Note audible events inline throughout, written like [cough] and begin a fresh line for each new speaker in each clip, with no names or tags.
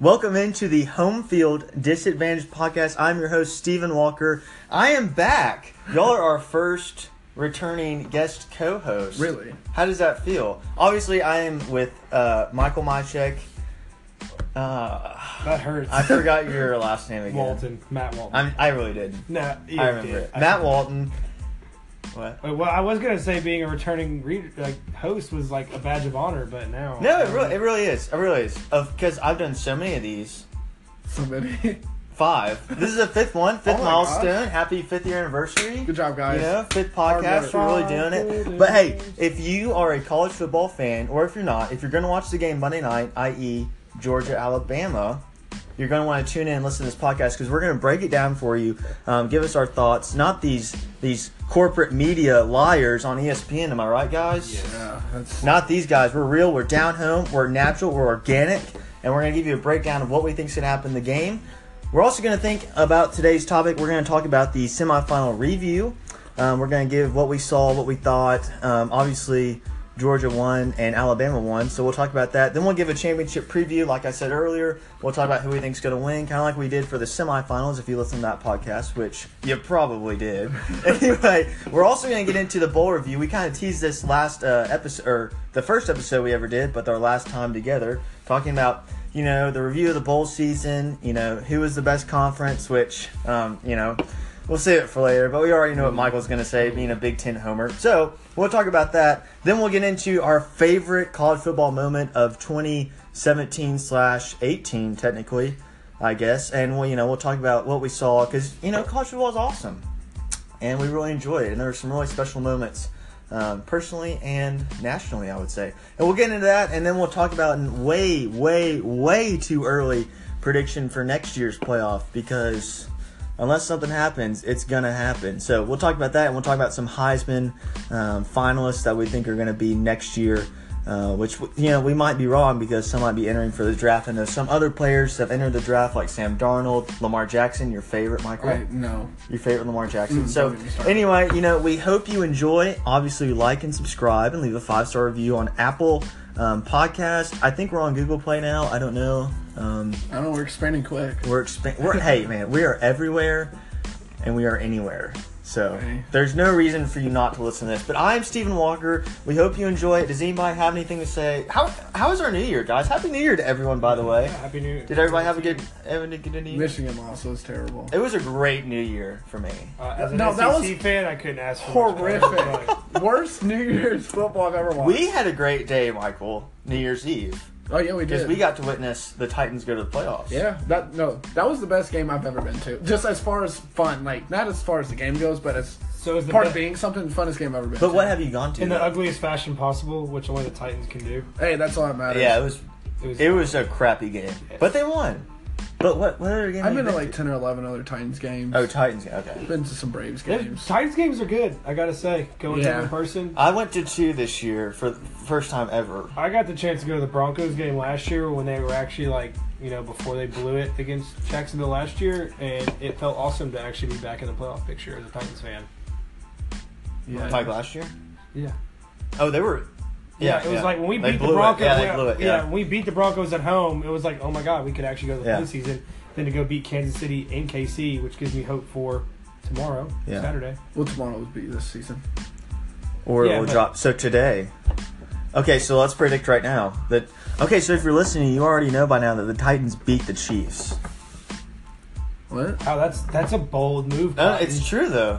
Welcome into the Home Field Disadvantage Podcast. I'm your host, Stephen Walker. I am back. Y'all are our first returning guest co host.
Really?
How does that feel? Obviously, I am with uh, Michael Mychek. Uh,
That hurts.
I forgot your last name again.
Walton, Matt Walton.
I'm, I really did.
no, you
I remember
did.
it.
I-
Matt Walton. What?
Wait, well, I was gonna say being a returning re- like host was like a badge of honor, but now
No, it really, it really is. It really is. Because I've done so many of these.
So many.
Five. This is the fifth one, fifth
Oh my
milestone. Happy fifth year anniversary.
Good job, guys.
You know, fifth
Hard
podcast.
work.
We're really doing it. But hey, if you are a college football fan, or if you're not, if you're going to watch the game Monday night, i.e., Georgia, Alabama, you're going to want to tune in and listen to this podcast because we're going to break it down for you. Um, give us our thoughts, not these these corporate media liars on E ESPN. Am I right, guys?
Yeah, that's
Not these guys. We're real. We're down home. We're natural. We're organic, and we're gonna give you a breakdown of what we think's gonna happen in the game. We're also gonna think about today's topic. We're gonna talk about the semifinal review. Um, we're gonna give what we saw, what we thought. Um, obviously, Georgia won and Alabama won, so we'll talk about that. Then we'll give a championship preview, like I said earlier. We'll talk about who we think's gonna win, kind of like we did for the semifinals. If you listen to that podcast, which you probably did. [laughs] anyway, we're also gonna get into the bowl review. We kind of teased this last uh, episode, or the first episode we ever did, but our last time together, talking about you know the review of the bowl season. You know who was the best conference, which um, you know We'll save it for later, but we already know what Michael's going to say, being a Big Ten homer. So we'll talk about that. Then we'll get into our favorite college football moment of 2017 slash 18, technically, I guess. And we'll you know we'll talk about what we saw because you know college football is awesome, and we really enjoyed it. And there were some really special moments, um, personally and nationally, I would say. And we'll get into that, and then we'll talk about a way, way, way too early prediction for next year's playoff because unless something happens, it's gonna happen. So we'll talk about that, and we'll talk about some Heisman um, finalists that we think are gonna be next year. Uh, which you know we might be wrong because some might be entering for the draft, and there's some other players that have entered the draft like Sam Darnold, Lamar Jackson, your favorite, Michael
right. No,
your favorite Lamar Jackson.
Mm,
so
don't get me started.
anyway, you know, we hope you enjoy. Obviously, like and subscribe and leave a five star review on Apple um, Podcast. I think we're on Google Play now. I don't know. Um,
I don't know. We're expanding quick.
we're exp- we're hey man, we are everywhere, and we are anywhere. So
Hey.
there's no reason for you not to listen to this. But I'm Stephen Walker. We hope you enjoy it. Does anybody have anything to say? How how is our New Year, guys? Happy New Year to everyone, by the way.
Happy New
Did everybody have a good have a good New Year?
Michigan loss was terrible.
It was a great New Year for me.
Uh, as an
No,
no,
that
SEC
was
fan, I couldn't ask for much better,
Horrific.
but-
Worst New Year's football I've ever watched.
We had a great day, Michael, New Year's Eve,
Oh yeah, we
because
did.
we got to witness the Titans go to the playoffs.
yeah, that no, that was the best game I've ever been to. Just as far as fun, like not as far as the game goes, but as
So is the
part
be-
of being something the funnest game I've ever been.
But
to.
what have you gone to?
in the
though?
ugliest fashion possible, which only the Titans can do.
Hey, that's all that matters.
yeah, it was
It was,
it was a crappy game, but they won. But what what other game? have
I've
you
been to
been
like ten or eleven other Titans games.
Oh, Titans. Okay.
been to some Braves
Yeah,
games.
Titans games are good. I gotta say, going to
Yeah.
them in person.
I went to two this year for the first time ever.
I got the chance to go to the Broncos game last year when they were actually like, you know, before they blew it against Jacksonville last year, and it felt awesome to actually be back in the playoff picture as a Titans fan.
Yeah.
Like last year.
Yeah.
Oh, they were. Yeah,
Yeah, it was
yeah.
like when we
They
beat the
blew it.
Broncos.
Yeah, they
yeah,
blew it.
yeah,
Yeah.
when we beat the Broncos at home, it was like, oh my god, we could actually go to the
Yeah.
postseason. Then to go beat Kansas City and KC, which gives me hope for tomorrow,
Yeah.
Saturday.
Well, tomorrow will be this season.
Or
Yeah,
it will
but-
drop. So today. Okay, so let's predict right now that. Okay, so if you're listening, you already know by now that the Titans beat the Chiefs.
What?
Oh, that's that's a bold move.
No,
Cotton.
it's true though.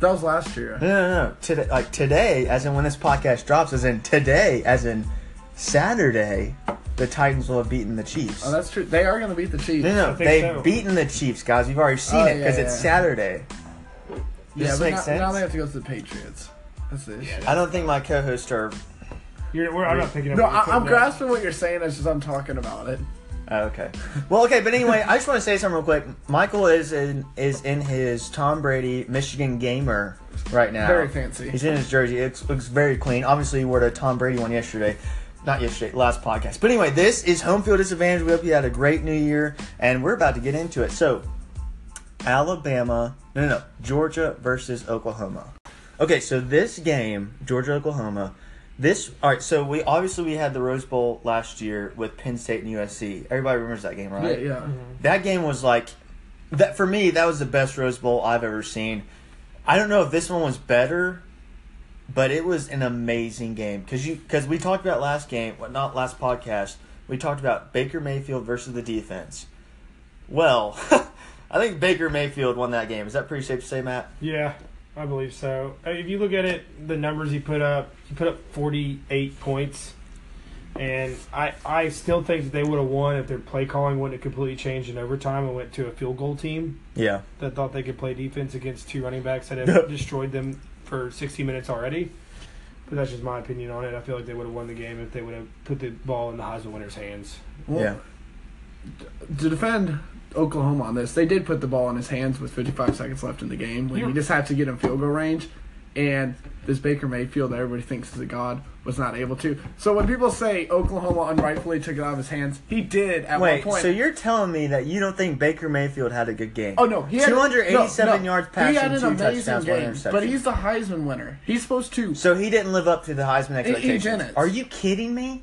That was last year.
No, no, no. Today, like today, as in when this podcast drops, as in today, as in Saturday, the Titans will have beaten the Chiefs.
Oh, that's true. They are going to beat the Chiefs.
no, no,
I think
they've
so.
beaten the Chiefs, guys. We've already seen
Oh,
it because
yeah,
it's
yeah.
Saturday.
Yeah,
This
but
makes
now,
sense.
now they have to go to the Patriots. That's the issue.
I don't think my co-hosts are.
You're, we're, I'm not picking up.
No,
what you're
I, I'm
putting down.
grasping what you're saying. It's just I'm talking about it.
Oh, okay. Well, okay, but anyway, I just want to say something real quick. Michael is in is in his Tom Brady Michigan gamer right now.
Very fancy.
He's in his jersey. It looks very clean. Obviously, he wore the Tom Brady one yesterday. Not yesterday, last podcast. But anyway, this is Home Field Disadvantage. We hope you had a great new year, and we're about to get into it. So, Alabama, no, no, no, Georgia versus Oklahoma. Okay, so this game, Georgia Oklahoma, This all right. So we obviously we had the Rose Bowl last year with Penn State and USC. Everybody remembers that game,
Yeah,
right?
yeah.
Mm-hmm.
That game was like that for me. That was the best Rose Bowl I've ever seen. I don't know if this one was better, but it was an amazing game because you because we talked about last game, well, not last podcast. We talked about Baker Mayfield versus the defense. Well, [laughs] I think Baker Mayfield won that game. Is that pretty safe to say, Matt?
Yeah, I believe so. Uh, If you look at it, the numbers he put up, he put up 48 points. And I, I still think that they would have won if their play calling wouldn't have completely changed in overtime and went to a field goal team
Yeah.
that thought they could play defense against two running backs that
[laughs]
have destroyed them for 60 minutes already. But that's just my opinion on it. I feel like they would have won the game if they would have put the ball in the Heisman winner's hands.
Well,
yeah.
To defend Oklahoma on this, they did put the ball in his hands with 55 seconds left in the game when
Yeah.
you just had to get in field goal range. And this Baker Mayfield that everybody thinks is a god was not able to. So when people say Oklahoma unrightfully took it out of his hands, he did at
Wait,
one point.
so you're telling me that you don't think Baker Mayfield had a good game?
Oh no, he had-
287
no, no.
yards
He
passing,
had an
two
amazing
touchdowns, one
game,
interception.
but he's the Heisman winner. He's supposed to.
so he didn't live up to the Heisman expectations.
didn't.
Are you kidding me?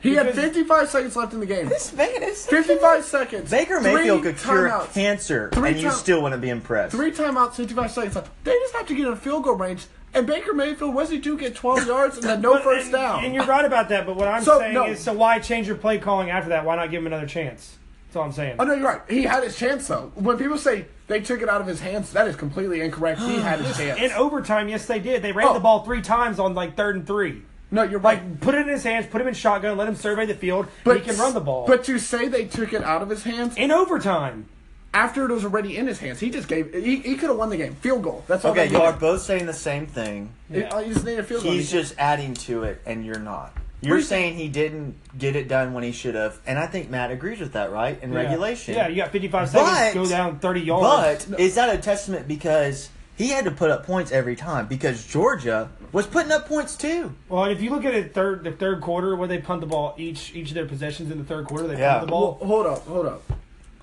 He had
Because-
55 seconds left in the game.
This man is
55 seconds.
Baker
Three
Mayfield could cure
timeouts.
cancer,
Three
and you
time-
still wouldn't be impressed.
Three timeouts, 55 seconds left. They just have to get in field goal range. And Baker Mayfield, was he do get 12 yards and then no
But-
first
and-
down?
And, you're right about that. But what I'm
So,
saying
no.
is, so why change your play calling after that? Why not give him another chance? That's all I'm saying.
oh, no, you're right. He had his chance, though. When people say they took it out of his hands, that is completely incorrect. He had his
In
chance.
overtime, yes, they did. They ran
Oh.
the ball three times on like third and three.
No, you're right.
Like, put it in his hands, put him in shotgun, let him survey the field. he can run the ball.
But to say they took it out of his hands
in overtime,
after it was already in his hands, he just gave. He, he could have won the game. Field goal. That's all
okay,
they
you are
needed.
both saying the same thing.
It- all you uh, just need a field goal.
He's just adding to it, and you're not. You're
Reason-
saying he didn't get it done when he should have, and I think Matt agrees with that, right? In
Yeah.
regulation.
Yeah, you got 55
But-
seconds, go down 30 yards.
But is that a testament because he had to put up points every time because Georgia was putting up points too.
well, if you look at it, third the third quarter where they punt the ball each each of their possessions in the third quarter, they
Yeah.
punt the
Well,
ball.
hold up, hold up.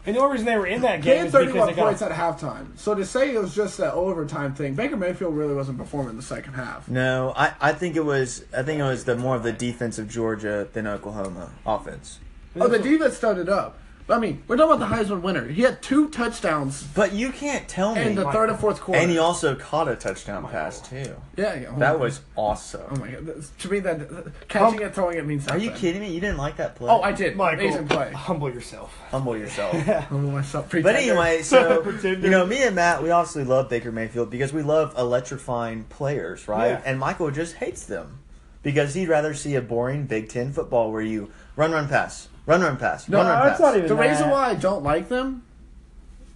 And the only reason they were in that
They
game
had
is because
31
they got
points at halftime. So to say it was just that overtime thing, Baker Mayfield really wasn't performing in the second half.
No, I, I think it was I think it was the more of the defense of Georgia than Oklahoma offense.
Oh, the defense stoned it up. I mean, we're talking about the Heisman winner. He had two touchdowns
But you can't tell me.
in the third and fourth quarter.
and he also caught a touchdown pass too.
yeah, yeah. oh
That
my-
was
Oh
awesome.
my god! That's- To me, that catching it, throwing it means
Are
nothing.
you kidding me? You didn't like that play?
Oh, I did.
Michael,
Amazing play.
[sighs] humble yourself.
humble
[laughs]
yourself.
I'm myself.
But
pretender.
anyway, so
Pretender.
you know, me and Matt, we obviously love Baker Mayfield because we love electrifying players, right?
Yeah.
And Michael just hates them because he'd rather see a boring Big Ten football where you run, run, pass, run, run, pass,
No,
run, run, pass.
that's not even
the
that.
reason why I don't like them,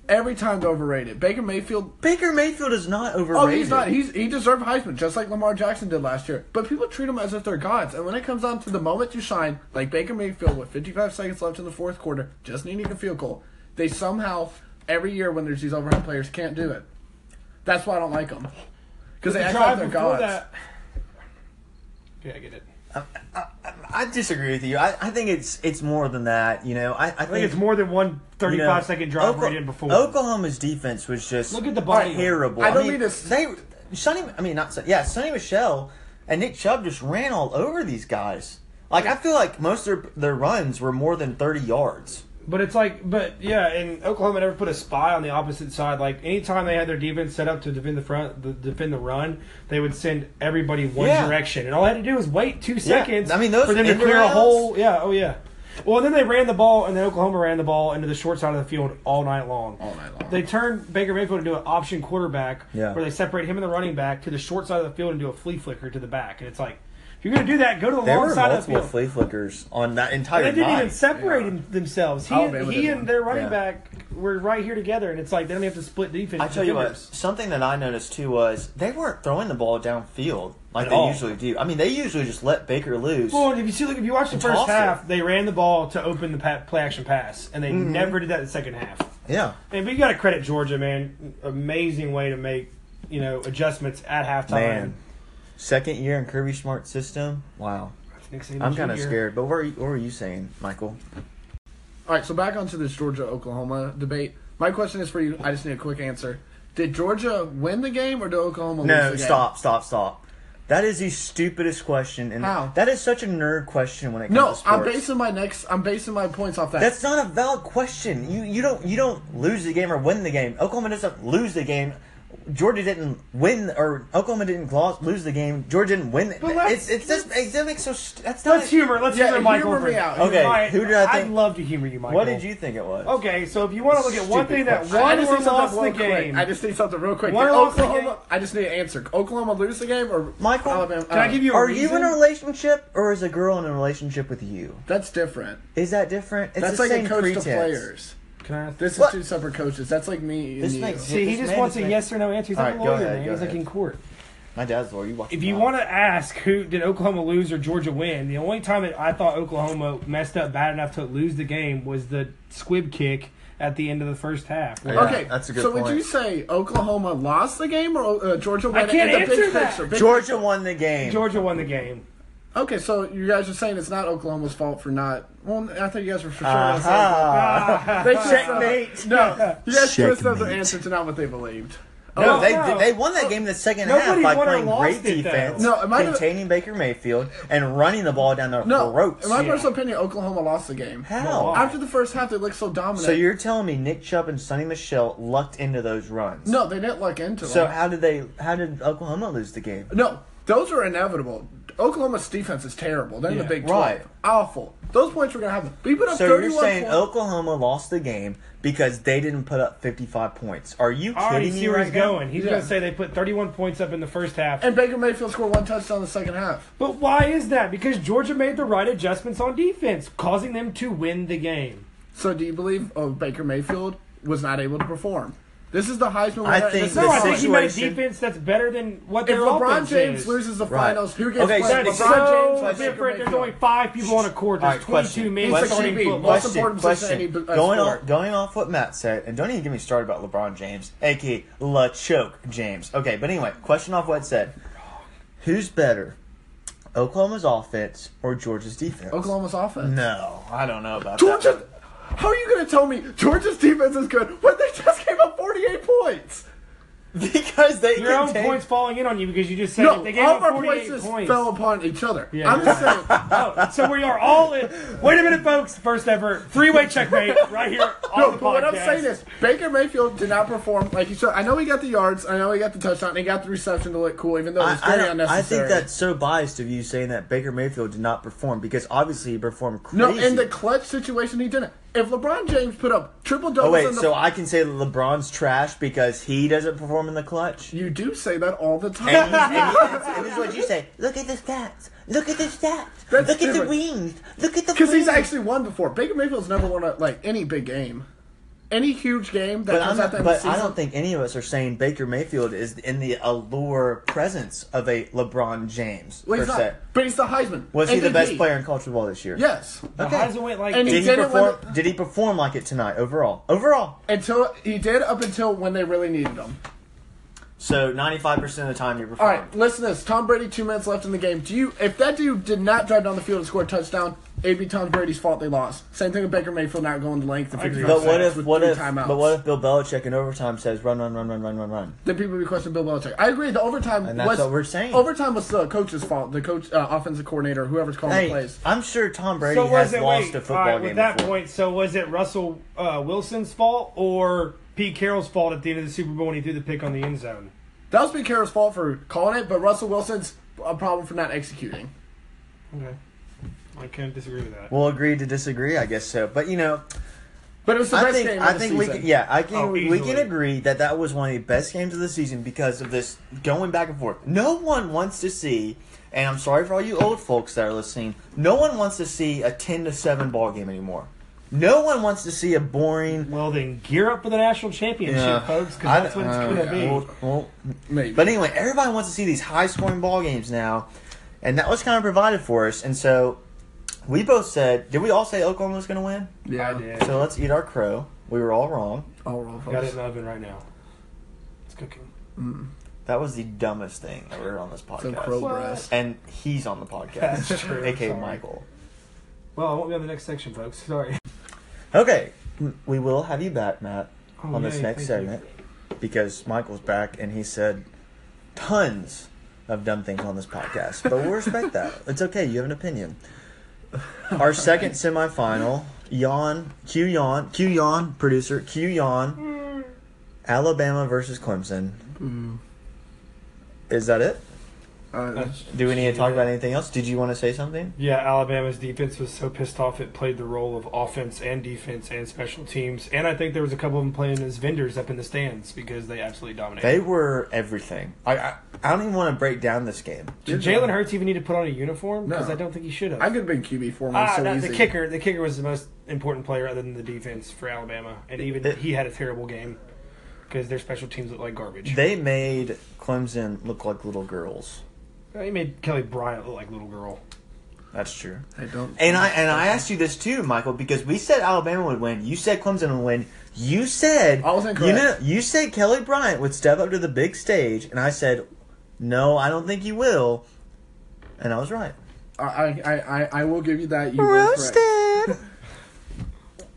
every time's overrated. Baker Mayfield
Baker Mayfield is not overrated.
Oh, he's not. He's he deserved Heisman just like Lamar Jackson did last year. But people treat him as if they're gods. And when it comes down to the moment you shine, like Baker Mayfield with 55 seconds left in the fourth quarter, just needing a field goal, they somehow every year when there's these overhead players can't do it. That's why I don't like them because they
The
act
drive
like they're
before
gods.
that- Yeah, I get it.
I disagree with you. I, I think it's it's more than that. You know, I, I,
I think it's more than one
you know,
35 second drive
Okla-
we did before.
Oklahoma's defense was just
Look at the body.
terrible.
I don't
mean,
mean to-
They Sonny. I mean, not Sonny, yeah. Sonny Michelle and Nick Chubb just ran all over these guys. Like I feel like most of their, their runs were more than thirty yards.
But it's like, but yeah, and Oklahoma never put a spy on the opposite side. Like anytime they had their defense set up to defend the front, the, defend the run, they would send everybody one
Yeah.
direction, and all they had to do was wait two seconds.
I mean, those
for them to
end
clear
routes-
a hole. Yeah, oh yeah. Well, and then they ran the ball, and then Oklahoma ran the ball into the short side of the field all night long.
All night long.
They turned Baker Mayfield into an option quarterback,
Yeah.
where they separate him and the running back to the short side of the field and do a flea flicker to the back, and it's like. If you're gonna do that, go to the
There
long
were
side of the
multiple
field.
flea flickers on that entire.
They didn't
night.
even separate them- themselves.
Oh,
He,
Alabama
and,
did
he
one.
and their running
Yeah.
back were right here together, and it's like they don't have to split defense.
I tell you what,
defenders.
something that I noticed too was they weren't throwing the ball downfield like
At
they
all.
usually do. I mean, they usually just let Baker loose.
Well, and if you see, look, if you watch the
And
first
toss it.
half, they ran the ball to open the pa- play action pass, and they
Mm-hmm.
never did that in the second half.
yeah.
And, but you got to credit Georgia, man. Amazing way to make you know adjustments at halftime.
Man, second year in Kirby Smart system. Wow,
Next thing
I'm
you
kind of
hear-
scared. But what were, you, what were you saying, Michael?
All right, so back onto this Georgia Oklahoma debate. My question is for you. I just need a quick answer. Did Georgia win the game or did Oklahoma lose
No,
the game?
stop, stop, stop. That is the stupidest question, and
How?
that is such a nerd question when it comes
No,
to sports.
I'm basing my next. I'm basing my points off that.
That's not a valid question. You you don't you don't lose the game or win the game. Oklahoma doesn't lose the game. Georgia didn't win or Oklahoma didn't loss, lose the game. Georgia didn't win.
But let's-
it's it's just it doesn't make so. St- that's not.
Let's humor. Let's
Yeah,
humor Michael.
humor me
for-
out.
Okay,
Alright,
who did I
I'd
think-
love to humor you, Michael.
what did you think it was?
Okay, so if you want to look at one
Stupid
thing that
question.
I
won
just
or
need something
lost the
real quick.
game.
I just need something real quick.
Won
Did
or lost the
Oklahoma.
game?
I just need an answer. Oklahoma lose the game or
Michael,
Alabama, Oh,
Can I give you a
Are
reason?
you in a relationship or is a girl in a relationship with you?
That's different.
Is that different? It's
That's
the
like
same
a coach
pretense.
to players.
Can I ask
This is
What?
two separate coaches. That's like me
This
and
makes-
you.
See, he
This
just
man
wants
is
a
ma-
yes or no answer. He's like
Alright,
a
go
lawyer,
ahead,
man.
go
He's like
ahead.
in court.
My dad's lawyer. You watch
If you
him.
want to ask who did Oklahoma lose or Georgia win, the only time that I thought Oklahoma messed up bad enough to lose the game was the squib kick at the end of the first half.
Yeah.
Okay,
that's a good
So would
point.
you say Oklahoma lost the game or uh, Georgia won?
I
it
can't
in the big
answer that.
picture? Big-
Georgia won the game.
Georgia won the game.
Okay, so you guys are saying it's not Oklahoma's fault for not. Well, I thought you guys were for sure.
Uh-huh. [laughs]
They checkmate. No, you guys twist
Checkmate.
the answer to not what they believed.
No,
[laughs] No,
they,
no.
they won that game in the second
Nobody
half by
won or
playing
lost
great
it, though.
defense,
No, am I gonna-
containing Baker Mayfield, and running the ball down their
No,
throats.
in my
yeah.
personal opinion, Oklahoma lost the game.
How?
Why?
After the first half, they looked so dominant.
So you're telling me Nick Chubb and Sonny Michelle lucked into those runs?
no, they didn't look into
So
them.
how did they? How did Oklahoma lose the game?
No, those were inevitable. Oklahoma's defense is terrible. They're in
Yeah,
the Big Twelve.
right.
Awful. Those points were gonna happen. We put up
So you're
thirty-one
saying
points.
Oklahoma lost the game because they didn't put up 55 points? Are you
I already
kidding me
see where
right
he's
now?
going. He's
Yeah.
going to say they put 31 points up in the first half.
and Baker Mayfield scored one touchdown in the second half.
But why is that? Because Georgia made the right adjustments on defense, causing them to win the game.
So do you believe oh, Baker Mayfield was not able to perform? This is the Heisman.
I
winner.
think
This is
the
No, I think he made a
situation-
defense that's better than what
If
their
LeBron
offense
James
is.
loses the
Right.
finals, who gets
Okay,
That
played?
so-
is
LeBron James
so
versus Baker
different. There's
Mayfield.
only five people on a court. There's
All right, question.
22 men
He's the
starting
QB.
football.
Most
Question,
important position
question.
in any, uh,
Going
sport.
off, going off what Matt said, and don't even get me started about LeBron James, aka LaChoke James. Okay, but anyway, question off what it said. Who's better, Oklahoma's offense or Georgia's defense?
Oklahoma's offense.
No, I don't know about that.
Georgia. How are you going to tell me Georgia's defense is good when they just gave up 48 points?
[laughs] because they
Your own
contain-
points falling in on you because you just said
No,
they gave
all
up
of our
48
points just
points.
fell upon each other.
Yeah,
I'm
you're [laughs]
just saying.
Oh, so we are all in. Wait a minute, folks. First ever three-way checkmate right here on
No,
the podcast.
but what I'm saying is Baker Mayfield did not perform like he should. I know he got the yards, I know he got the touchdown, and he got the reception to look cool, even though it
I,
was
I
very
don't- I
unnecessary.
think that's so biased of you saying that Baker Mayfield did not perform because obviously he performed crazy.
no, in the clutch situation, he didn't. If LeBron James put up triple doubles,
oh wait,
in the
so I can say LeBron's trash because he doesn't perform in the clutch.
you do say that all the time.
And, he's- and he's- and this is what you say. Look at the stats. Look at the stats.
That's
Look at the
different.
wings. Look at the.
Because he's
wings."
actually won before. Baker Mayfield's never won a, like any big game, any huge game that
But, I'm
comes
not,
out the end
but
of the
I
season.
don't think any of us are saying Baker Mayfield is in the allure presence of a LeBron James
Well,
per
he's not.
se.
But he's the Heisman.
Was he the best
MVP.
player in college football this year?
Yes.
Okay.
Heisman went like
And
Did
he
he,
didn't win
perform? Did he perform like it tonight? Overall, overall.
Until he did up until when they really needed him.
So ninety-five percent of the time you're
All
performing.
right, listen to this. Tom Brady, two minutes left in the game. Do you? If that dude did not drive down the field and score a touchdown, it'd be Tom Brady's fault they lost. Same thing with Baker Mayfield not going the length of
I agree.
55
But what
seconds
if
with
what
three
if
timeouts.
but what if Bill Belichick in overtime says run run run run run run run?
Then people would be questioning Bill Belichick. I agree. The overtime
And that's
was
what we're saying.
Overtime was the coach's fault. The coach, uh, offensive coordinator, whoever's calling the
Hey,
plays.
I'm sure Tom Brady
So
has
was it
lost
wait,
a
all
football
right,
game
With that
before.
point, so was it Russell uh, Wilson's fault or Pete Carroll's fault at the end of the Super Bowl when he threw the pick on the end zone?
That was Pete Carroll's fault for calling it, but Russell Wilson's a problem for not executing.
Okay, I can't disagree with that.
We'll agree to disagree, I guess so. But you know,
But it was the
I
best
think
game.
I
of the
think we
season.
can, yeah I can
Oh,
we can
easily.
agree that that was one of the best games of the season because of this going back and forth. No one wants to see, and I'm sorry for all you old folks that are listening. No one wants to see a ten to seven ball game anymore. No one wants to see a boring.
Well, then gear up for the national championship,
Yeah.
folks, because
I-
that's what it's
uh,
going to be.
well- well,
Maybe.
But anyway, everybody wants to see these high scoring ball games now, and that was kind of provided for us. And so we both said, did we all say Oklahoma was going to win?
yeah,
I did.
So let's eat our crow. We were all wrong.
I'll
Got
roll
it in
first.
the oven right now. It's cooking.
Mm,
That was the dumbest thing I've heard on this
Some
podcast.
crow
What?
breast.
And he's on the
That's
podcast,
true,
aka
sorry.
Michael.
Well, I won't be on the next section, folks. Sorry.
Okay, m- we will have you back, Matt,
Oh,
on this
yay,
next
thank you.
segment because Michael's back and he said tons of dumb things on this podcast, but we'll respect that. It's okay. You have an opinion. Our second semifinal, Yawn, Q Yawn, Q Yawn, producer, Q Yawn, Alabama versus Clemson. Is that it?
Uh,
Do we need to talk about anything else? Did you want to say something?
Yeah, Alabama's defense was so pissed off it played the role of offense and defense and special teams. And I think there was a couple of them playing as vendors up in the stands because they absolutely dominated.
They were everything. I I, I don't even want to break down this game.
Did Jalen Hurts even need to put on a uniform? Because
No.
I don't think he should have.
I could have been QB four
ah,
months so
no,
easy.
the kicker. The kicker was the most important player other than the defense for Alabama, and even
It-
he had a terrible game because their special teams looked like garbage.
They made Clemson look like little girls.
He made Kelly Bryant look like little girl.
That's true.
I don't.
And I and I asked you this too, Michael, because we said Alabama would win. You said Clemson would win. You said
I was
You
incorrect.
know, you said Kelly Bryant would step up to the big stage, and I said, "No, I don't think he will." And I was right.
I, I, I, I will give you that. You were correct.
Roasted. [laughs]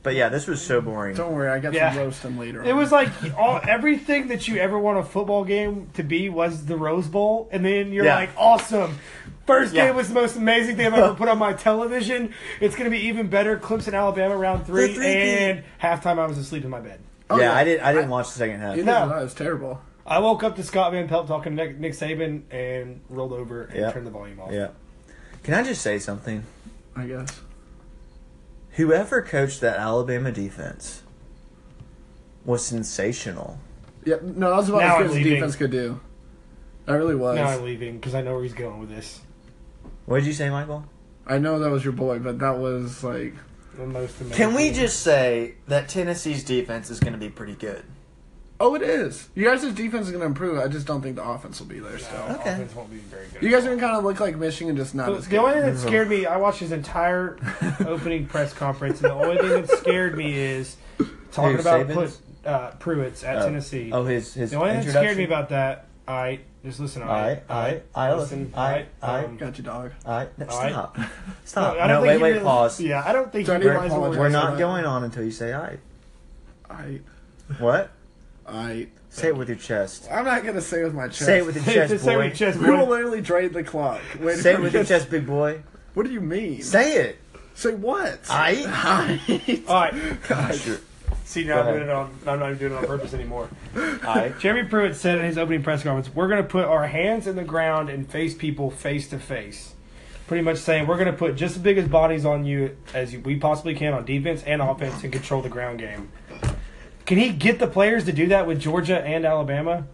but yeah, this was so boring.
Don't worry, I got
Yeah.
some roasting later.
It
on.
was like all everything that you ever want a football game to be was the Rose Bowl, and then you're
Yeah.
like, awesome. First
Yeah.
game was the most amazing thing I've ever put on my television. It's going to be even better. Clemson, Alabama, round three,
three-peat.
and halftime. I was asleep in my bed.
Oh,
yeah,
yeah.
I did. I didn't watch the second half.
You
No.
know, that was terrible.
I woke up to Scott Van Pelt talking to Nick, Nick Saban and rolled over and
Yeah.
turned the volume off.
Yeah. Can I just say something?
I guess.
Whoever coached that Alabama defense was sensational.
Yeah, no, that was about
Now
as
I'm
good as
leaving.
defense could do. I really was.
Now I'm leaving because I know where he's going with this.
What did you say, Michael?
I know that was your boy, but that was like
The most amazing.
Can we just say that Tennessee's defense is going to be pretty good?
Oh, it is. You guys' defense is going to improve. I just don't think the offense will be there still.
No,
Okay.
Offense won't be very good.
You guys are going to kind of look like Michigan, just not
The-
as
The
good.
only thing that scared me, I watched his
[laughs]
entire opening press conference, and the only thing that scared me is talking
Who,
about put,
Saban's?
uh, Pruitt's at
Oh.
Tennessee.
Oh, his his
the only thing that
introduction.
scared me about that, I just listen. I,
Aight, aight, aight, listen, aight, aight.
Got you, dog.
All right, no,
All right. [laughs]
stop,
No,
stop.
I don't
No,
think
wait,
he
wait,
really-
pause.
Yeah, I don't think
Don't
he
even
realized what was
We're
[laughs]
apologize.
not
going
Sorry.
going on until you say "I."
I,
What?
I,
Say it with your chest.
I'm not going to say with my chest.
Say it with your
on.
chest,
Just [laughs] say
boy.
with chest,
We will
boy.
literally drain the clock. Wait
Say
for
it with your
me.
chest, big boy.
What do you mean?
Say it.
Say what?
I.
[laughs]
I.
All right. See,
Go
now I'm
ahead.
doing it on. I'm not even doing it on purpose anymore.
I.
Jeremy Pruitt said in his opening press conference, "We're going to put our hands in the ground and face people face to face." Pretty much saying we're going to put just as big as bodies on you as you, we possibly can on defense and offense and control the ground game. Can he get the players to do that with Georgia and Alabama?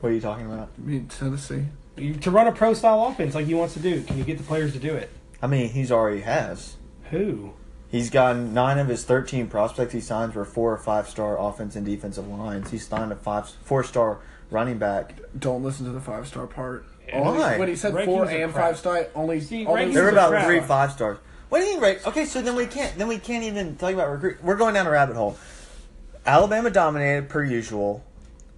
What are you talking about?
I mean, Tennessee.
You- To run a pro style offense like he wants to do, can you get the players to do it?
I mean, he's already has.
Who?
He's gotten nine of his thirteen prospects he signs were four or five star offense and defensive lines. He signed a five four star running back.
Don't listen to the five star part.
Yeah.
Only-
Why?
When he said
Rankings
four
are
and
crap.
five star, only
See,
all
rankings
those
There were
are
about
crap.
three five stars. What do you mean, rate? Okay, so then we can't then we can't even talk about recruit. We're going down a rabbit hole. Alabama dominated per usual.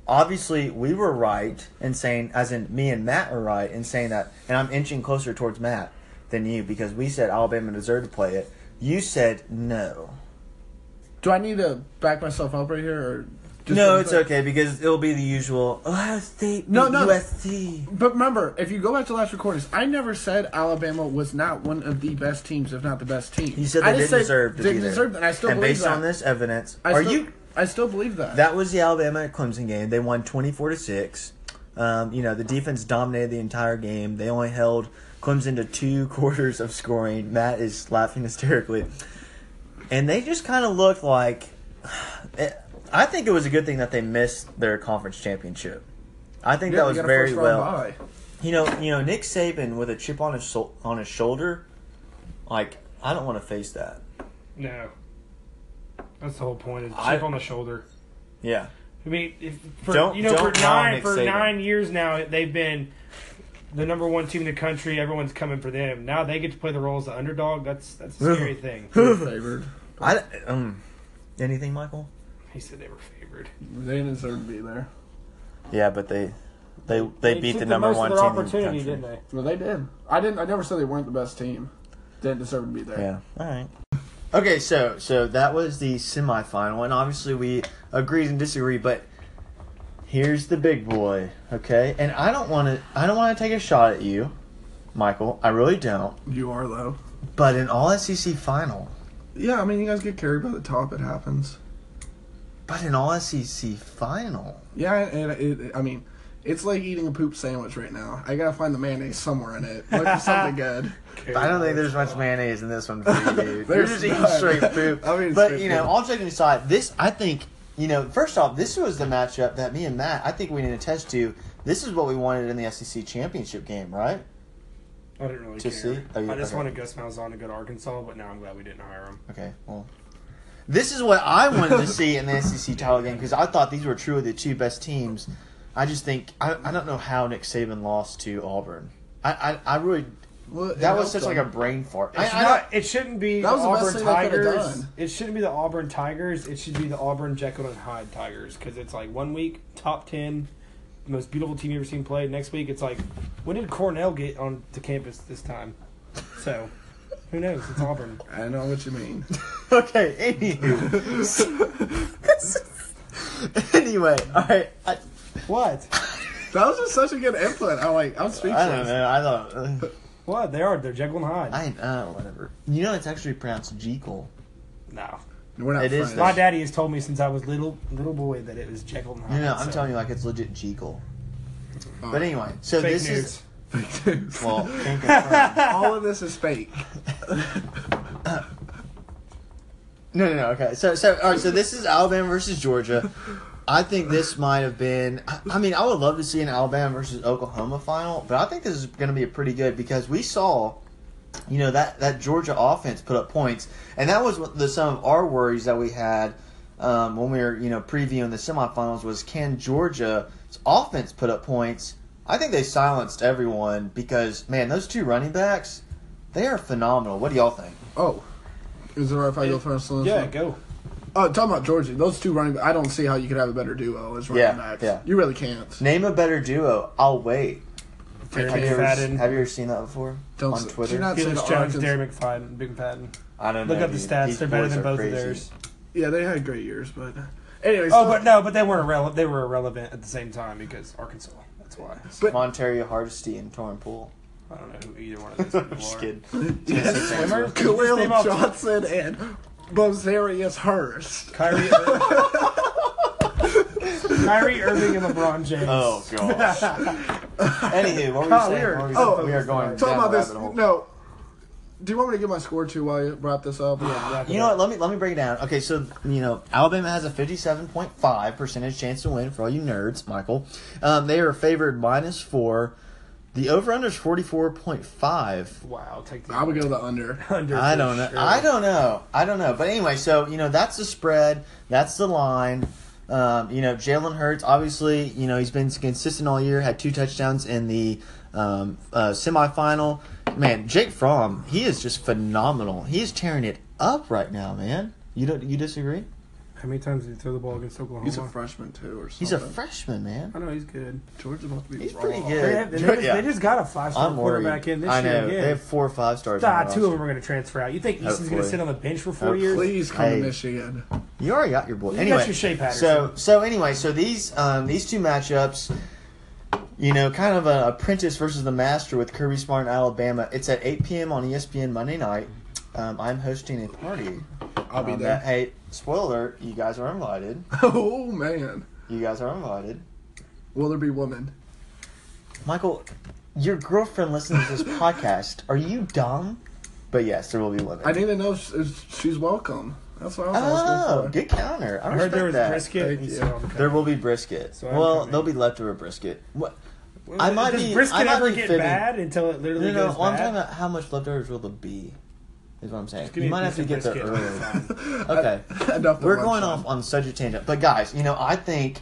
Obviously, we were right in saying, as in me and Matt were right in saying that, and I'm inching closer towards Matt than you because we said Alabama deserved to play it. You said no.
Do I need to back myself up right here, or just
no, it's okay because it'll be the usual Ohio State,
No,
no,
no.
USC.
But remember, if you go back to last recordings, I never said Alabama was not one of the best teams, if not the best team.
You said
I
they
just
didn't deserve to
didn't
be there.
deserve, and I still
and
believe
based
that.
on this evidence,
I
are
still,
you
I still believe that.
That was the Alabama Clemson game. They won twenty four to six. Um, you know the defense dominated the entire game. They only held Clemson to two [laughs] quarters of scoring. Matt is laughing [laughs] hysterically, and they just kind of looked like. [sighs] It, I think it was a good thing that they missed their conference championship. I think
Yeah,
that
we
was
got a
very
first round
well. [laughs]
bye.
You know, you know Nick Saban with a chip on his shou- on his shoulder. Like I don't want to face that.
No. That's the whole point. Is chip
I-
on the shoulder.
Yeah.
I mean, if, for,
Don't-
you know,
don't knock
for nine
Nick
for
Saban.
nine years now, they've been the number one team in the country. Everyone's coming for them. Now they get to play the role as the underdog. That's that's a scary thing.
Favored.
I um. Anything, Michael?
He said they were favored.
They didn't deserve to be there.
Yeah, but they they they, beat
took
the number
most of
one
their
team in the
opportunity,
country.
didn't
Well, they did. I didn't. I never said they weren't the best team. Didn't deserve to be there.
Yeah. All right. Okay, so so that was the semifinal, and obviously we agreed and disagree, but here's the big boy, okay? And I don't want to. I don't want to take a shot at you, Michael. I really don't.
You are though.
But an All SEC final.
Yeah, I mean, you guys get carried by the top. It happens.
But an All SEC final.
Yeah, and it, it, I mean, it's like eating a poop sandwich right now. I gotta find the mayonnaise somewhere in it.
[laughs]
Look for something good.
I don't think there's much mayonnaise in this one for you, dude. You're
There's
just eating
not.
straight poop.
I'm eating
but
straight
you know,
poop.
all joking aside, this I think you know. First off, this was the matchup that me and Matt I think we need to test to. This is what we wanted in the SEC championship game, right?
I didn't really
To
care.
see? Oh, yeah,
I just
okay.
wanted Gus Malzahn to go to Arkansas, but now I'm glad we didn't hire him.
Okay, well. This is what I wanted to see in the SEC title game because I thought these were truly the two best teams. I just think I, I don't know how Nick Saban lost to Auburn. I I, I really
Well, it
that was
helped
such
them.
like a brain fart. I,
It's
I
not, it shouldn't be
That was
the
the best
Auburn
thing they could've
Tigers.
done.
It shouldn't be the Auburn Tigers. It should be the Auburn Jekyll and Hyde Tigers because it's like one week top ten, most beautiful team you ever seen play. Next week it's like, when did Cornell get on to campus this time? So, who knows? It's Auburn.
I know what you mean. [laughs]
don't- [laughs] okay. Anywho. anyway, all right. I,
What?
That was just such a good input. I like. I'm speechless.
I don't know. I don't. uh,
What? They are. They're Jekyll and Hyde.
I uh, whatever. You know, it's actually pronounced Jekyll.
no.
We're not
It is
friends.
My daddy has told me since I was little little boy that it was Jekyll and
No,
Hyde.
no, I'm
so-
telling you, like it's legit Jekyll.
Oh.
But anyway, so
Fake
this
news.
is
[laughs]
well.
[laughs]
well,
can't confirm.
all of this is fake.
No, no, no. Okay, so so all right. So this is Alabama versus Georgia. I think this might have been. I- I mean, I would love to see an Alabama versus Oklahoma final, but I think this is going to be pretty good because we saw, you know, that that Georgia offense put up points, and that was what the some of our worries that we had um, when we were you know previewing the semifinals was can Georgia's offense put up points? I think they silenced everyone because man, those two running backs, they are phenomenal. What do y'all think?
Oh, is it right if I go first on this
Yeah,
one?
go.
Oh, talking about Georgia, those two running. I don't see how you could have a better duo as running
Yeah,
backs.
yeah.
You really can't.
Name a better duo. I'll wait.
Terry
Have you, ever,
McFadden.
have you ever seen that before
Don't
on
s-
Twitter?
do not say
Felix
the
Jones,
Arkansas-
Terry McFadden, Big McFadden.
I don't know.
Look up the
dude.
stats.
These
They're better
boys
than
are
both
crazy. [laughs]
of theirs.
Yeah, they had great years, but anyways.
Oh, but no, but they weren't irrelevant. They were irrelevant at the same time because Arkansas. That's why. So,
But-
Monterio Hardesty and Torrin [laughs] Poole.
I don't know who either one
[laughs]
of those people
Just
are.
kidding.
[laughs]
yes,
Swimmer? Just
[laughs] Khalil
name off-
Johnson and Bozarius Hurst.
Kyrie, Irving. [laughs] Kyrie Irving and LeBron James.
[laughs] Oh
[laughs]
gosh. Anywho, what were you
God, we
saying?
are-
What were you
oh,
saying? we are going
Talking
down
about
the
this.
rabbit hole.
No. Do you want me to give my score too while you wrap
[sighs]
this up?
Yeah,
You know what? Let me let me break it down. Okay, so you know Alabama has a fifty-seven point five percentage chance to win. For all you nerds, Michael, um, they are favored minus four. The over/under is forty-four point five.
Wow, take the
I would go the under.
under.
I
for
don't know.
sure.
I don't know. I don't know. But anyway, so you know that's the spread. That's the line. Um, you know, Jalen Hurts. Obviously, you know he's been consistent all year. Had two touchdowns in the um, uh, semifinal. Man, Jake Fromm. He is just phenomenal. He is tearing it up right now, man. You don't. You disagree?
How many times did he throw the ball against Oklahoma?
He's a freshman too, or something.
He's a freshman, man.
I know he's good.
George's about to be.
He's
raw.
pretty
They,
good.
have, they, just,
Yeah.
they just got a five-star
I'm worried.
quarterback in this
I
year
know
again.
they have four or five stars. on
Ah,
the
two of
roster.
them are going to transfer out. You think Easton's going to
Hopefully.
sit on the bench for four years?
Please come
Hey.
to Michigan.
You already got your boy.
You got
anyway,
your Shea Patterson.
So so anyway, so these um, these two matchups, you know, kind of an apprentice versus the master with Kirby Smart in Alabama. It's at 8 p.m. on E ESPN Monday night. Um, I'm hosting a party.
I'll be
on
there.
that. Hey, spoiler! alert, You guys are invited.
[laughs] Oh man,
You guys are invited.
will there be women?
Michael, your girlfriend listens to this
[laughs]
podcast. Are you dumb? But yes, there will be women.
I need to know if, if she's welcome. That's what I was
oh,
asking for.
good counter. I,
I heard there was
that.
brisket.
Thank
And
you.
so I'm
There will be brisket.
So I'm
well,
coming.
there'll be leftover brisket. What? I might
Does
be-
brisket
I might
ever
be
get
fitting-
bad until it
No, no,
literally
no.
goes
Well, I'm
bad?
talking about how much leftovers will there be, is what I'm saying.
Give me
You
a
might have
piece
to get
of
there
brisket. [laughs]
early.
[laughs]
okay.
Enough. of
We're
my
going
time.
off on such a tangent. But, guys, you know, I think,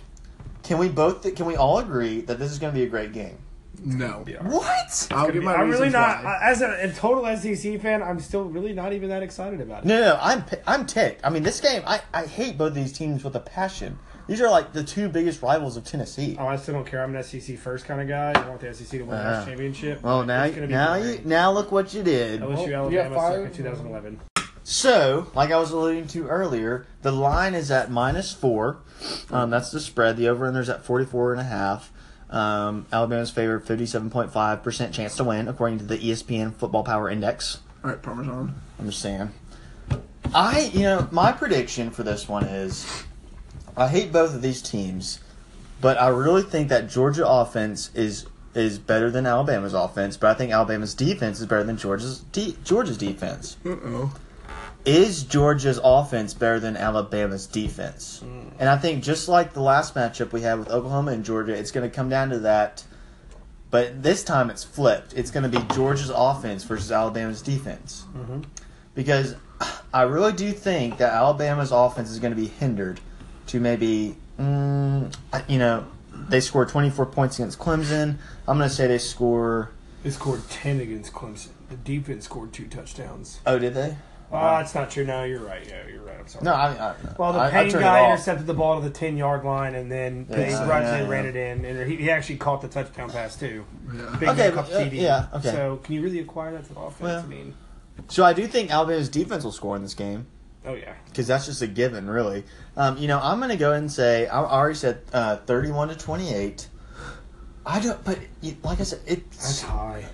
can we both, can we all agree that this is going to be a great game?
No.
Yeah.
What?
I'll give my
I'm really
reasons
not
why.
as a, a total SEC fan. I'm still really not even that excited about it.
No, no, no, I'm, pi- I'm ticked. I mean, this game, I, I hate both these teams with a passion. These are like the two biggest rivals of Tennessee.
Oh, I still don't care. I'm an SEC first kind of guy. I want the SEC to win the
Uh-huh.
championship.
Well, now,
It's gonna be
now, you,
boring.
now look what you did.
LSU
Well, you got
Alabama suck
fired?
in 2011.
So, like I was alluding to earlier, the line is at minus four. Um, that's the spread. The over under is at 44 and a half. Um, Alabama's favored 57.5% chance to win, according to the E ESPN Football Power Index.
All right, Parmesan.
I'm just saying. I, you know, my prediction for this one is I hate both of these teams, but I really think that Georgia offense is is better than Alabama's offense, but I think Alabama's defense is better than Georgia's de- Georgia's defense.
Uh oh.
Is Georgia's offense better than Alabama's defense?
Hmm.
And I think just like the last matchup we had with Oklahoma and Georgia, it's going to come down to that. But this time it's flipped. It's going to be Georgia's offense versus Alabama's defense
Mm-hmm.
because I really do think that Alabama's offense is going to be hindered to maybe, mm, you know, they scored 24 points against Clemson. I'm going to say they score.
They scored ten against Clemson. The defense scored two touchdowns.
Oh, did they?
Ah, that's not true. No, you're right. Yeah, you're right. I'm sorry.
No, I. I
Well, the
I, I
Payne
turned it
guy
off.
intercepted the ball to the ten yard line, and then
Yeah,
Payne
yeah,
Brunson
yeah.
ran it in, and he, he actually caught the touchdown pass too.
Yeah.
Big
Okay,
hookup
but, uh,
TD.
yeah, okay.
So can you really acquire that to the offense?
Well.
I mean,
So I do think Alabama's defense will score in this game.
oh yeah,
because that's just a given, really. Um, you know, I'm going to go ahead and say I already said uh, 31 to 28. I don't, but you- like I said,
that's
it's
high.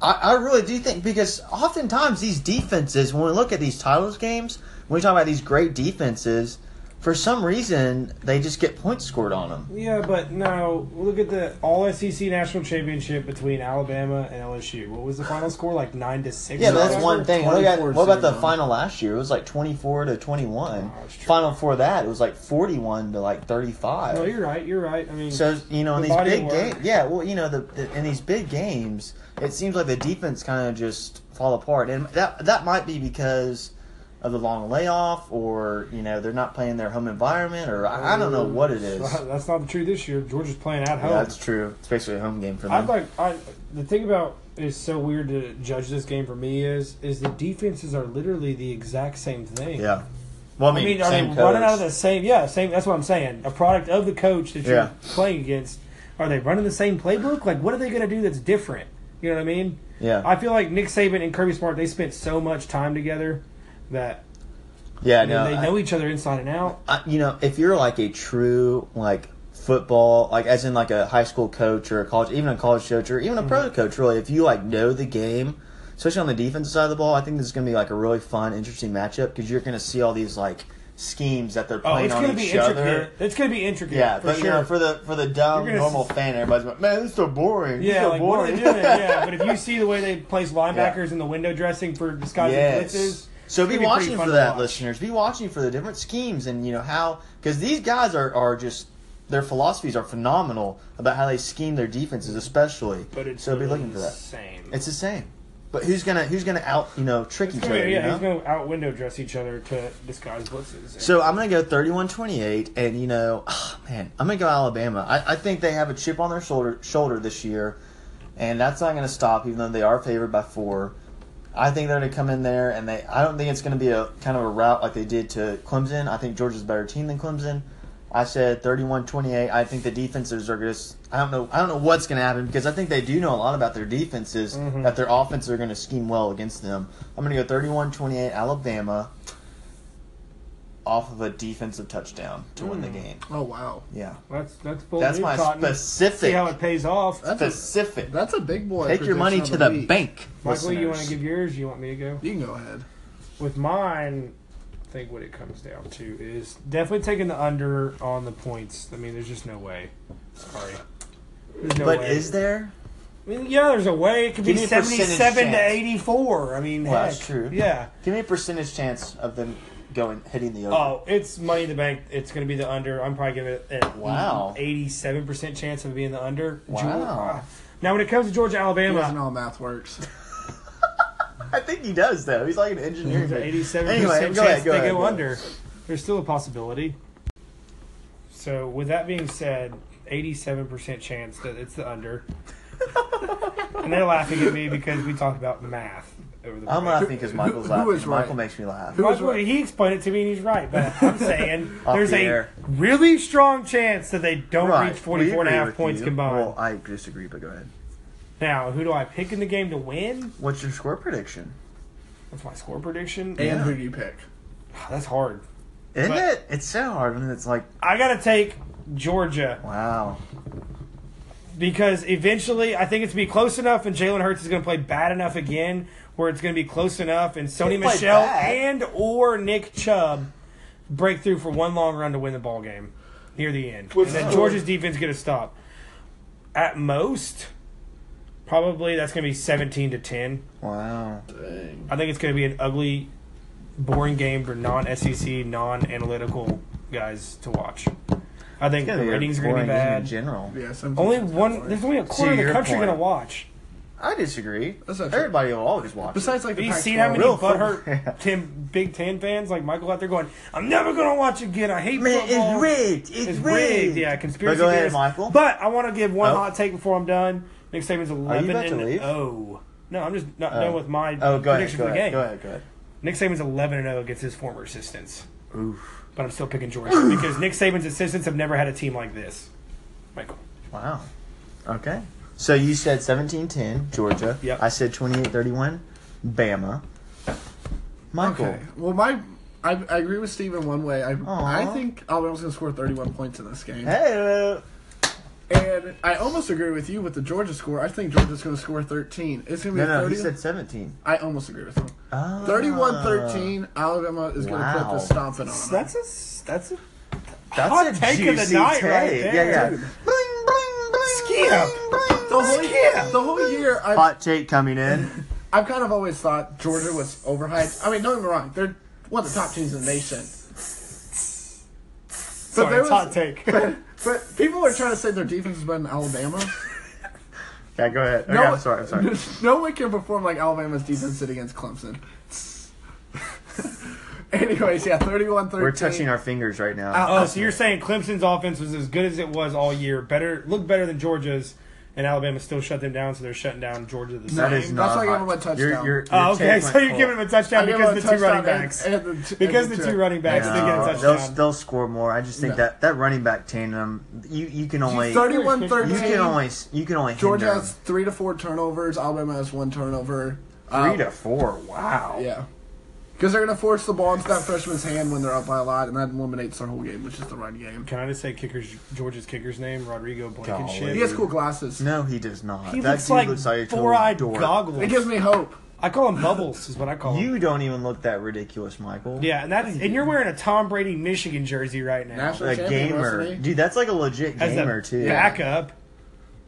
I, I really do think because oftentimes these defenses, when we look at these titles games, when we talk about these great defenses, for some reason they just get points scored on them.
Yeah, but no. Look at the All SEC National Championship between Alabama and LSU. What was the final score? Like nine to six.
Yeah,
or
but that's
whatever?
one thing. Look at,
24
what about the
zero.
final last year? It was like 24 to 21.
Oh, that's true.
Final for that, it was like 41 to like 35.
No, you're right. You're right. I mean,
So you know, in
The
these
body
big
work.
games, yeah. Well, you know, the, the in these big games, it seems like the defense kind of just fall apart, and that that might be because of the long layoff, or you know, they're not playing their home environment, or I, I don't
Oh,
know what it is.
[laughs] That's not the truth this year. Georgia's playing at
Yeah,
home.
that's true. It's basically a home game for
I'd
them.
like I the thing about is so weird to judge this game for me is is the defenses are literally the exact same thing.
Yeah. Well, I
I
mean,
mean, are they
same coach.
running out of the same? Yeah, same. That's what I'm saying. A product of the coach that you're
Yeah.
playing against. Are they running the same playbook? Like, what are they going to do that's different? You know what I mean?
yeah.
I feel like Nick Saban and Kirby Smart they spent so much time together that
yeah.
I mean,
No.
they
I-
know each other inside and out.
I, you know, if you're like a true like football, like as in like a high school coach or a college, even a college coach or even a pro
Mm-hmm.
coach, really, if you like know the game, especially on the defensive side of the ball, I think this is going to be like a really fun, interesting matchup because you're going to see all these like schemes that they're
Oh,
playing
it's
on
going to
each
be
other.
intricate. It's going to be intricate.
Yeah,
for
but
sure.
you know, for the for the dumb
You're gonna
normal
s-
fan, everybody's like, "Man, this is so boring. This is
Yeah,
so
like
boring."
what are they doing?
[laughs]
yeah, but if you see the way they place linebackers in the window dressing for disguising blitzes,
So
it's
be
gonna pretty
watching
fun
for
to
that,
watch.
listeners. Be watching for the different schemes and you know how because these guys are are just their philosophies are phenomenal about how they scheme their defenses, especially.
But it's
so be looking for that.
Same.
It's the same, but who's gonna who's gonna out you know trick each
gonna,
other? you
yeah,
know?
he's going to out window dress each other to disguise blitzes.
So I'm gonna go 31-28, and you know, [sighs] man, I'm gonna go Alabama. I, I think they have a chip on their shoulder shoulder this year, and that's not gonna stop, even though they are favored by four. I think they're gonna come in there, and they. I don't think it's gonna be a kind of a route like they did to Clemson. I think Georgia's a better team than Clemson. I said 31-28. I think the defenses are just. I don't know. I don't know what's gonna happen because I think they do know a lot about their defenses that their offenses are gonna scheme well against them. I'm gonna go 31-28 Alabama off of a defensive touchdown to win the game.
Oh wow.
Yeah.
that's that's bold.
That's
move,
my
Hmm. Cotton. See
specific
how it pays off.
That's a,
specific.
that's a big boy.
Take your
prediction
money
of
to the
week.
bank.
Michael, you want
listeners.
to give yours? You want me to go?
You can go ahead.
With mine, I think what it comes down to is definitely taking the under on the points. I mean, there's just no way. Sorry. There's no
But
way.
is there?
I mean, yeah, there's a way. It could
Give
be
me a percentage
77 to
chance.
84. I mean,
Well,
heck.
that's true.
Yeah.
Give me a percentage chance of them going hitting the over.
Oh, it's Money in the Bank. It's going to be the under. I'm probably giving it an
Wow.
87% chance of being the under.
Wow.
Georgia- Now, when it comes to Georgia,
He doesn't know
Alabama,
how
[laughs]
math works.
I think he does though. He's like an engineer.
there's an 87%
Anyway, go
chance
ahead, go
they
ahead,
go
go ahead.
under. There's still a possibility. So, with that being said, 87% chance that it's the under. [laughs] and they're laughing at me because we talked about math over the
I'm
break.
laughing because Michael's
who- who
laughing.
is right?
Michael makes me laugh.
Who- was
Michael,
right.
He explained it to me, and he's right. But
[laughs]
I'm saying
Off
there's
the
a
air.
really strong chance that they don't
Right.
reach 44 and a
We agree
half
with
points
you.
combined.
Well, I disagree, but go ahead.
now, who do I pick in the game to win?
What's your score prediction?
That's my score prediction.
And
Yeah.
who do you pick?
That's hard.
Isn't
But-
it? It's so hard when it's like,
I gotta take Georgia.
wow.
because eventually I think it's gonna be close enough, and Jalen Hurts is gonna play bad enough again, where it's gonna be close enough, and Sony
He'll play
Michelle
bad.
and or Nick Chubb break through for one long run to win the ball game near the end,
What's
and then
the score?
Georgia's defense gonna stop. At most, probably that's gonna be seventeen to ten.
Wow.
Dang.
I think it's gonna be an ugly, boring game for non-SEC, non-analytical guys to watch. I think
It's
the
gonna be a
ratings are gonna be
boring game
bad.
in general.
Yeah, 17
Only
is
one.
definitely-
There's only a quarter of
your
the country
point.
going to watch.
I disagree.
That's not true.
Everybody will always watch. it.
Besides, like,
Have
the
you
Pac-12.
seen how many
Real football. [laughs]
butthurt Tim Big Ten fans like Michael out there going, "I'm never going to watch again. I hate
Man,
football.
it's rigged. It's,
It's
rigged.
rigged. Yeah, conspiracy
But go ahead,
theorists.
Michael.
But I want to give one
Oh.
hot take before I'm done. Nick Saban's 11
about to
and
leave?
0. No, I'm just not
Oh.
done with my
Oh, go ahead.
prediction
Go
for the
ahead.
game.
Go ahead. Go ahead.
Nick Saban's 11 and 0 against his former assistants.
Oof.
But I'm still picking Georgia because Nick Saban's assistants have never had a team like this. Michael.
Wow. Okay. So you said 17-10, Georgia.
Yep.
I said 28-31, Bama. Michael.
Okay. Well, my I, I agree with Steve in one way. I I
Aw.
think Alabama's going to score 31 points in this game.
Hey. uh,
And I almost agree with you with the Georgia score. I think Georgia's going to score 13. It's going to
No,
be
no,
30.
he said 17.
I almost agree with him.
Ah.
31-13, Alabama is going to
Wow.
put the stomping on. them.
a that's a
That's
Hot
a
take of the
Ah. juicy
night
take.
right there,
Yeah, yeah.
dude.
Bling, bling, bling,
Skip.
bling,
the
bling.
whole,
Yeah.
the whole year, I've,
Hot take coming in.
[laughs]
I've kind of always thought Georgia was overhyped. I mean, don't get me wrong; they're one of the top teams in the nation.
Sorry,
there
it's
was-
hot take.
But people are trying to say their defense is better than
[laughs]
Alabama.
Yeah, go ahead. Okay, I'm sorry. I'm sorry.
[laughs] No one can perform like Alabama's defense did against Clemson. [laughs] Anyways, yeah, 31 13.
We're touching our fingers right now.
Oh, so you're saying Clemson's offense was as good as it was all year, better looked better than Georgia's, and Alabama still shut them down, so they're shutting down Georgia the
That
same.
is
That's
not.
why I
hot.
gave him a touchdown.
Your- your- your
oh, okay.
take
So
went
you're giving
cold.
them a touchdown because the two running backs. Because the two running backs
No,
did get a
they'll,
touchdown.
they'll score more. I just think
No.
that, that running back tandem, you, you can only you
31
can
13.
only you can only
Georgia
hinder
has three to four turnovers. Alabama has one turnover.
them.
Um,
three to four. Wow.
Yeah. Because they're going to force the ball into that freshman's hand when they're up by a lot, and that eliminates their whole game, which is the run game.
Can I just say kicker's Georgia's kicker's name, Rodrigo
Golly.
He
Blankenship?
has cool glasses.
No, he does not.
He
that
looks
dude
like,
looks like a total
four-eyed
dork.
It
goggles.
gives me hope.
I call him Bubbles, is what I call him.
You don't even look that ridiculous, Michael.
Yeah, and that is, and you're wearing a Tom Brady Michigan jersey right now
National
A
champion,
gamer,
wasn't he?
dude. That's like a legit
as
gamer
a
too.
backup.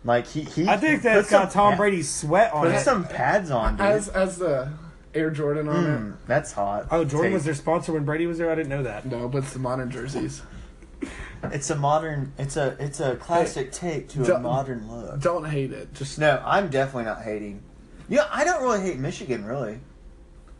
Like he, he
I
put
think that's
some
got Tom
pa-
Brady's sweat on
Put
it.
some pads on, dude.
As, as the Air Jordan on
Mm, that's hot.
Oh, Jordan
Take-
was their sponsor when Brady was there. I didn't know that.
it. No, but it's the modern jerseys.
It's a modern. It's a it's a classic take to a
Don't-
modern look.
Don't hate it. Just
No, I'm definitely not hating. Yeah, I don't really hate Michigan. Really,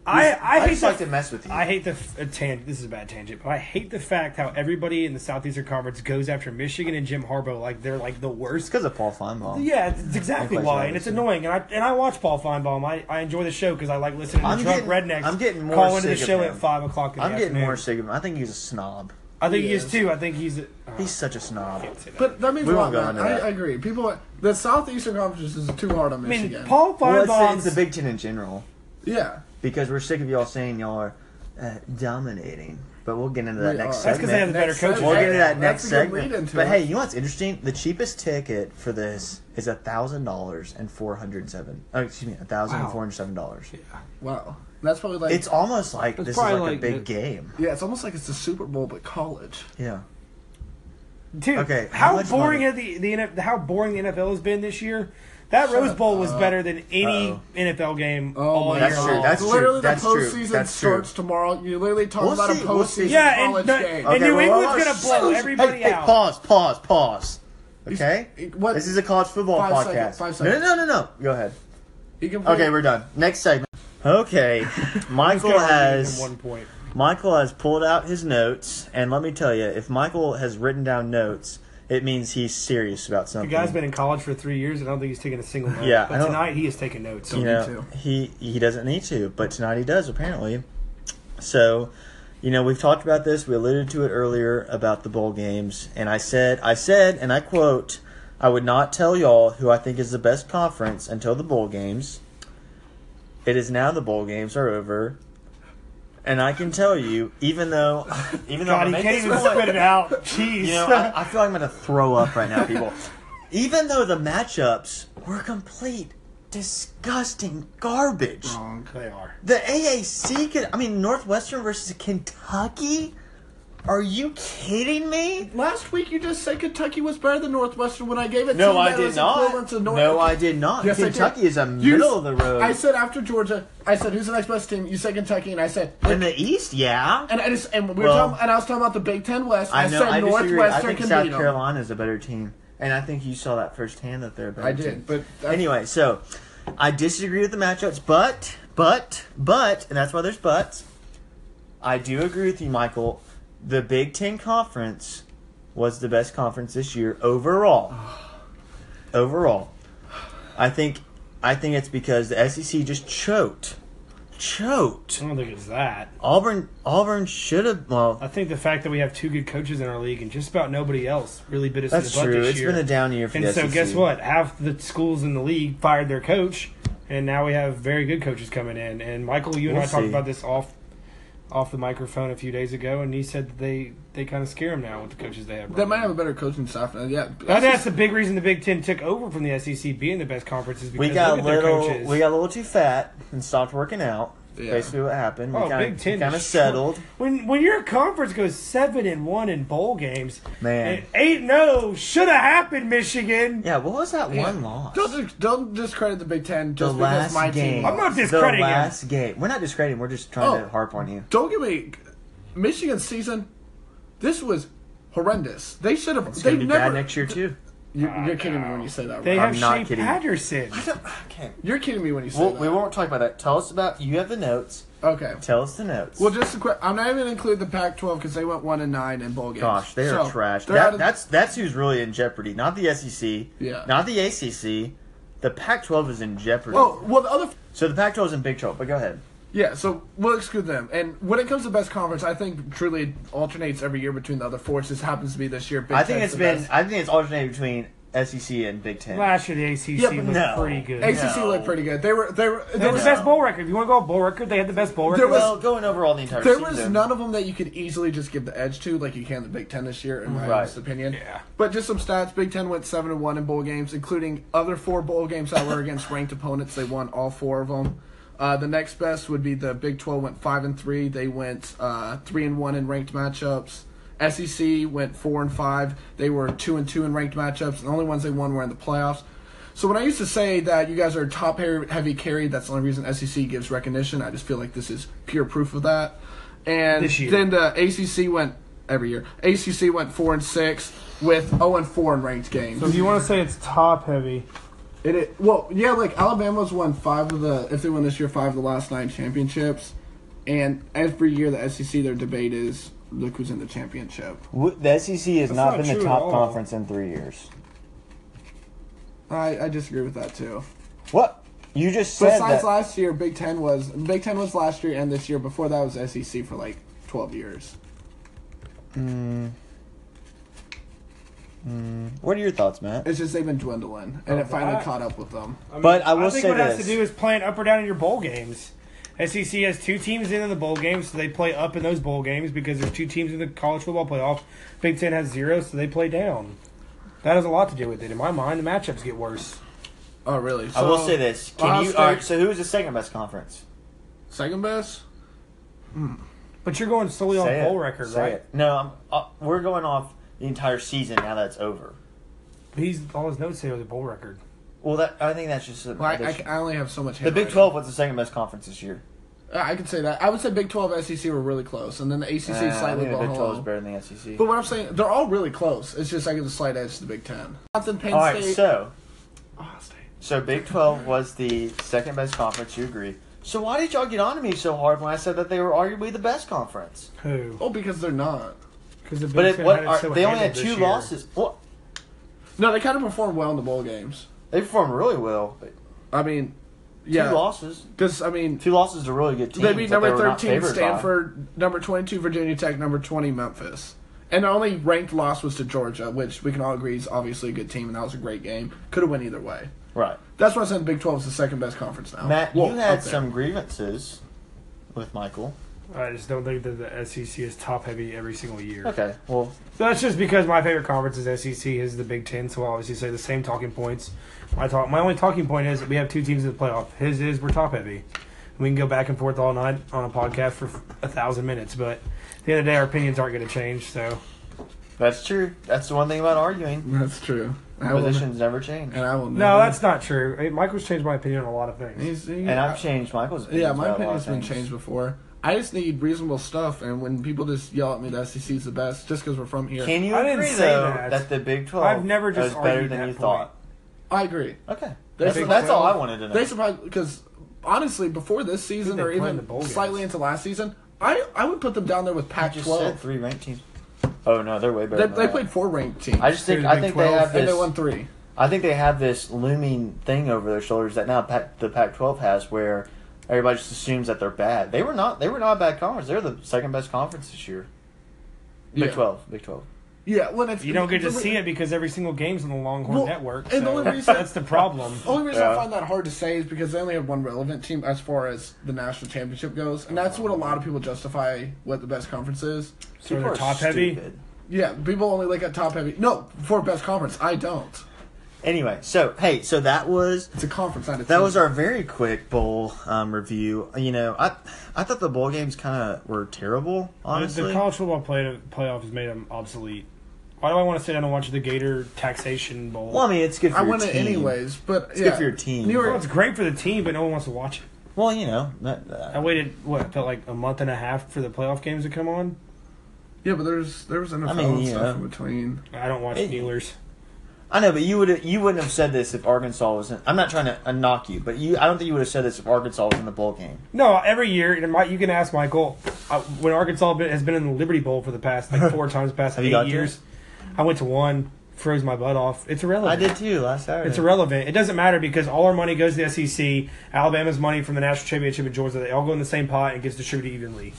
I I, hate
just
the,
like to mess with you.
I hate the f- a tan. This is a bad tangent, but I hate the fact how everybody in the Southeastern Conference goes after Michigan and Jim Harbaugh like they're like the
it's
worst.
because of Paul Feinbaum.
Yeah, it's exactly
Likewise,
why, and it's
obviously.
annoying. And I and I watch Paul Feinbaum. I, I enjoy the show because I like listening to
I'm
drunk
getting-
rednecks.
I'm getting more
call into the
sick of
show
him.
at five o'clock. In
I'm
the
getting
afternoon.
more sick of him. I think he's a snob.
I think he,
He
is
is.
too. I think he's. Uh,
He's such a snob.
can't say that.
But that means
We
a
won't go
lot, man.
into
I,
that.
I agree. People, the Southeastern Conference is too hard on
I mean,
Michigan.
Paul
Well,
Feinbaum's
it's, it's the Big Ten in general
yeah,
because we're sick of y'all saying y'all are uh, dominating. But we'll get into that
We
next segment.
are. That's
'cause they have the better
Next
coaches.
segment.
We'll get into that
That's
next
a good
segment.
lead into
But
it.
hey, you know what's interesting? The cheapest ticket for this is a thousand dollars and four hundred seven. Oh, excuse me, a thousand and four hundred seven dollars.
wow, that's probably like
It's almost like
It's
this is like,
probably
a
like
big
the-
game.
yeah, it's almost like it's the Super Bowl but college.
Yeah.
Dude,
Okay, how
how
much
boring
money?
have the the NF how boring the NFL has been this year. That Rose Bowl was better than any
Uh-oh.
NFL game
Oh
all
my
year
That's
god,
true,
long.
that's true,
literally
that's
the
true,
postseason
that's true.
starts tomorrow. You literally talk
We'll
about
see,
a
we'll
postseason
see.
yeah, and,
college
the-
game.
and New
well,
England's
well,
gonna blow
hey,
everybody
hey,
out.
Pause, pause, pause. Okay?
He's- what-
This is a college football
Five
podcast.
seconds, five
No,
seconds.
no, no, no, no. Go ahead.
You can play-
Okay, we're done. Next segment. Okay. Michael has
one point.
Michael has pulled out his notes, and let me tell you, if Michael has written down notes, it means he's serious about
The
something.
guy's been in college for three years, and I don't think he's taking a single note.
Yeah, I
but
don't-
tonight he is taking notes.
you know, he he doesn't need to, but tonight he does apparently. So, you know, we've talked about this. We alluded to it earlier about the bowl games, and I said, I said, and I quote, I would not tell y'all who I think is the best conference until the bowl games. It is now the bowl games are over. And I can tell you, even though, even though
God,
I
he
make
can't
this
even
point-
spit it out. Jeez.
you know, I, I feel like I'm gonna throw up right now, [laughs] people. Even though the matchups were complete disgusting garbage,
Wrong.
they are.
the AAC could. I mean, Northwestern versus Kentucky. Are you kidding me?
Last week you just said Kentucky was better than Northwestern when I gave it. to
No,
you
I
that
did
was
not.
equivalent to North-
no, I did not.
Yes, I did.
Kentucky is a
You-
middle of the road.
I said after Georgia, I said who's the next best team? You said Kentucky, and I said
In the East, yeah.
and I just and we were
Well-
talking and I was talking about the Big Ten West. and
I know.
said
I disagree. I
Northwestern
think
can
South
beat 'em.
Carolina is a better team, and I think you saw that firsthand that they're a better
I
team.
did, but I-
anyway, so I disagree with the matchups, but but but, and that's why there's buts. I do agree with you, Michael. The Big Ten conference was the best conference this year
[sighs]
overall. overall, I think I think it's because the SEC just choked, choked.
I don't think it's that.
Auburn Auburn should have well.
I think the fact that we have two good coaches in our league and just about nobody else really bit us
That's
in the butt
true.
this
It's
year.
been a down year for
and
the E
so
SEC.
guess what? Half the schools in the league fired their coach, and now we have very good coaches coming in. And Michael, you and
We'll
I
see.
talked about this off off the microphone a few days ago, and he said that they they kind of scare him now with the coaches they have.
They
right
might
now.
have a better coaching staff now. Yeah,
I think that's the big reason the Big Ten took over from the SEC being the best conference is because
We got a
look at their
little
coaches.
we got a little too fat and stopped working out.
Yeah.
Basically, what happened? We
Oh,
kinda,
Big Ten
kind of
is
settled.
[laughs] When when your conference goes seven and one in bowl games,
Man.
and eight and zero should have happened. Michigan.
Yeah, what was that one loss?
don't don't discredit the Big Ten
the
just because
last
my
game.
team.
I'm not discrediting
The
him.
last game. We're not discrediting. We're just trying to
Oh.
harp on you.
Don't give me Michigan season. This was horrendous. They should have.
It's gonna
They've
be
never.
bad next year too.
you, are kidding me when you say that.
They
Rob.
have
not
Shea
kidding.
Patterson.
Okay.
You're kidding me when you say
Well,
that.
we won't talk about that. Tell us about you have the notes.
Okay.
Tell us the notes.
Well, just a quick. I'm not even gonna include the Pac-12 because they went one and nine in bowl games.
Gosh, they are
So,
trash.
they're out
That,
of-
that's that's who's really in jeopardy. Not the SEC.
Yeah.
Not the ACC. The Pac-12 is in jeopardy.
Oh well, the other.
So the Pac-12 is in big trouble. But go ahead.
Yeah, so we'll exclude them. And when it comes to best conference, I think truly it alternates every year between the other four. It just happens to be this year. Big
I think
Ten's
it's
the
been.
best.
I think it's alternated between SEC and Big Ten.
Last year the ACC
Yeah, but
looked
no.
pretty good.
Ex-
ACC
No.
looked pretty good. They were they were
they
there
had the
was,
No.
best bowl record. If you want to go bowl record, they had the best bowl record.
There was-
well, going over all the entire
there
season.
was none of them that you could easily just give the edge to, like you can the Big Ten this year, in my
Right.
honest opinion.
Yeah.
But just some stats: Big Ten went seven and one in bowl games, including other four bowl games that were against ranked opponents. They won all four of them. Uh, the next best would be the Big Twelve went five and three. They went uh, three and one in ranked matchups. SEC went four and five. They were two and two in ranked matchups. The only ones they won were in the playoffs. So when I used to say that you guys are top hair- heavy carried, that's the only reason SEC gives recognition. I just feel like this is pure proof of that. And uh,
This year.
then the ACC went every year. ACC went four and six with zero and four in ranked games.
So if you want to say it's top heavy,
It, it well, yeah, like Alabama's won five of the if they win this year, five of the last nine championships, and every year the SEC their debate is look who's in the championship.
W- The SEC has not,
not
been the
true at
top
all.
conference in three years.
I, I disagree with that too.
What you just said
Besides
that
last year, Big Ten was Big Ten was last year, and this year before that was SEC for like twelve years.
What are your thoughts, Matt?
It's just they've been dwindling, and it finally caught up with them.
I mean,
But I will
think
say
what it
this.
has to do is playing up or down in your bowl games. SEC has two teams in, in the bowl games, so they play up in those bowl games because there's two teams in the college football playoff. Big Ten has zero, so they play down. That has a lot to do with it. In my mind, the matchups get worse.
Oh, really?
I will say this. Can
Ohio
you?
State-
All right, so who is the second best conference?
Second best.
But you're going solely
Say
on bowl
it.
record,
Say
right?
it. No, I'm, uh, we're going off the entire season now that's over.
He's all his notes say was a bowl record.
Well, that I think that's just an
Well, I, I,
addition.
I only have so much.
the Big
handwriting.
Twelve was the second best conference this year.
Yeah, Uh, I could say that. I would say Big Twelve, SEC were really close, and then the ACC
Uh, I
slightly
think the Big Twelve is
below.
better than the E SEC.
But what I'm saying, they're all really close. It's just I give a slight edge to the Big Ten. Wisconsin, Penn
all right,
State.
so
Ohio State.
So Big Twelve was the second best conference. You agree? So why did y'all get on to me so hard when I said that they were arguably the best conference?
Who?
Oh, because they're not.
Because the Big
But it,
Ten
what
had it
are,
so
they only had
handled
two
this year.
losses. Well,
No, they kind of performed well in the bowl games.
they performed really well. but
I mean,
Two
yeah,
losses.
because I mean,
Two losses to really good teams.
they beat
that
number
were not
thirteen
favored by.
Stanford, number twenty-two Virginia Tech, number twenty Memphis, and the only ranked loss was to Georgia, which we can all agree is obviously a good team, and that was a great game. Could have went either way.
Right.
That's why I said the Big 12 is the second best conference now.
Matt,
Well,
you
up
had
there.
some grievances with Michael.
I just don't think that the SEC is top heavy every single year.
Okay. Well,
That's just because my favorite conference is SEC, is the Big Ten, so I obviously say the same talking points. My talk, my only talking point is that we have two teams in the playoff. His is we're top heavy. We can go back and forth all night on a podcast for a thousand minutes, but at the end of the day, our opinions aren't going to change. So
that's true. That's the one thing about arguing.
[laughs] That's true. I will,
Positions never change.
and I will
no,
never-
that's not true. Hey, Michael's changed my opinion on a lot of things.
He's- he-
And I've changed Michael's opinion.
Yeah, my opinion's been changed before. I just need reasonable stuff, and when people just yell at me that SEC is the best just because we're from here,
Can you
I
agree,
didn't say
though,
that.
that. the Big 12
I've never
was
just
better
argued
than
that
you
point.
thought?
I agree.
Okay.
They
That's,
should-
that's all I wanted to know.
They surprised because honestly, before this season
they
or
play in the
even
bowl games?
slightly into last season, I I would put them down there with
I
Pac
just said
12.
three ranked teams. Oh, no, they're way
They,
better than
they
that.
played four ranked teams.
I just think
They're the
I
Big
think they
12.
have
and they
this.
won three.
I think they have this looming thing over their shoulders that now Pac, the Pac-12 has, where everybody just assumes that they're bad. They were not. They were not a bad conference. They're the second best conference this year. Big
yeah.
12. Big 12.
Yeah, when it's
You don't get to see it because every single game's on the Longhorn
Well,
Network.
and the
so [laughs]
only reason- Oh,
that's the problem.
The only reason I
Yeah.
find that hard to say is because they only have one relevant team as far as the national championship goes, and that's what a lot of people justify what the best conference is.
So
People
they're
are
top heavy.
stupid.
Yeah, people only look at top heavy. No, for best conference, I don't.
Anyway, so hey, so that was
It's a conference, not a
that
team.
was our very quick bowl um, review. You know, I I thought the bowl games kind of were terrible.
The-
Honestly,
The college football play, playoff has made them obsolete. Why do I want to sit down and watch the Gator Taxation Bowl?
well, I mean, it's good for
I
your
won it
team.
anyways, but
It's
yeah,
good for your team.
New
Well,
York,
it's great for the team, but no one wants to watch it.
Well, you know, that, uh,
I waited what felt like a month and a half for the playoff games to come on.
yeah, but there's there was NFL
mean,
and
you
stuff
know.
in between.
I don't watch
It-
Steelers.
I know, but you would you wouldn't have said this if Arkansas wasn't. I'm not trying to uh, knock you, but you I don't think you would have said this if Arkansas was in the bowl game.
No, every year, and my, you can ask Michael. I, when Arkansas been, has been in the Liberty Bowl for the
[laughs]
past like four times, past
Have you got
eight
to
years, I went to one, froze my butt off. It's irrelevant.
I did too last Saturday.
It's irrelevant. It doesn't matter because all our money goes to the SEC. Alabama's money from the national championship and Georgia. They all go in the same pot and gets distributed evenly.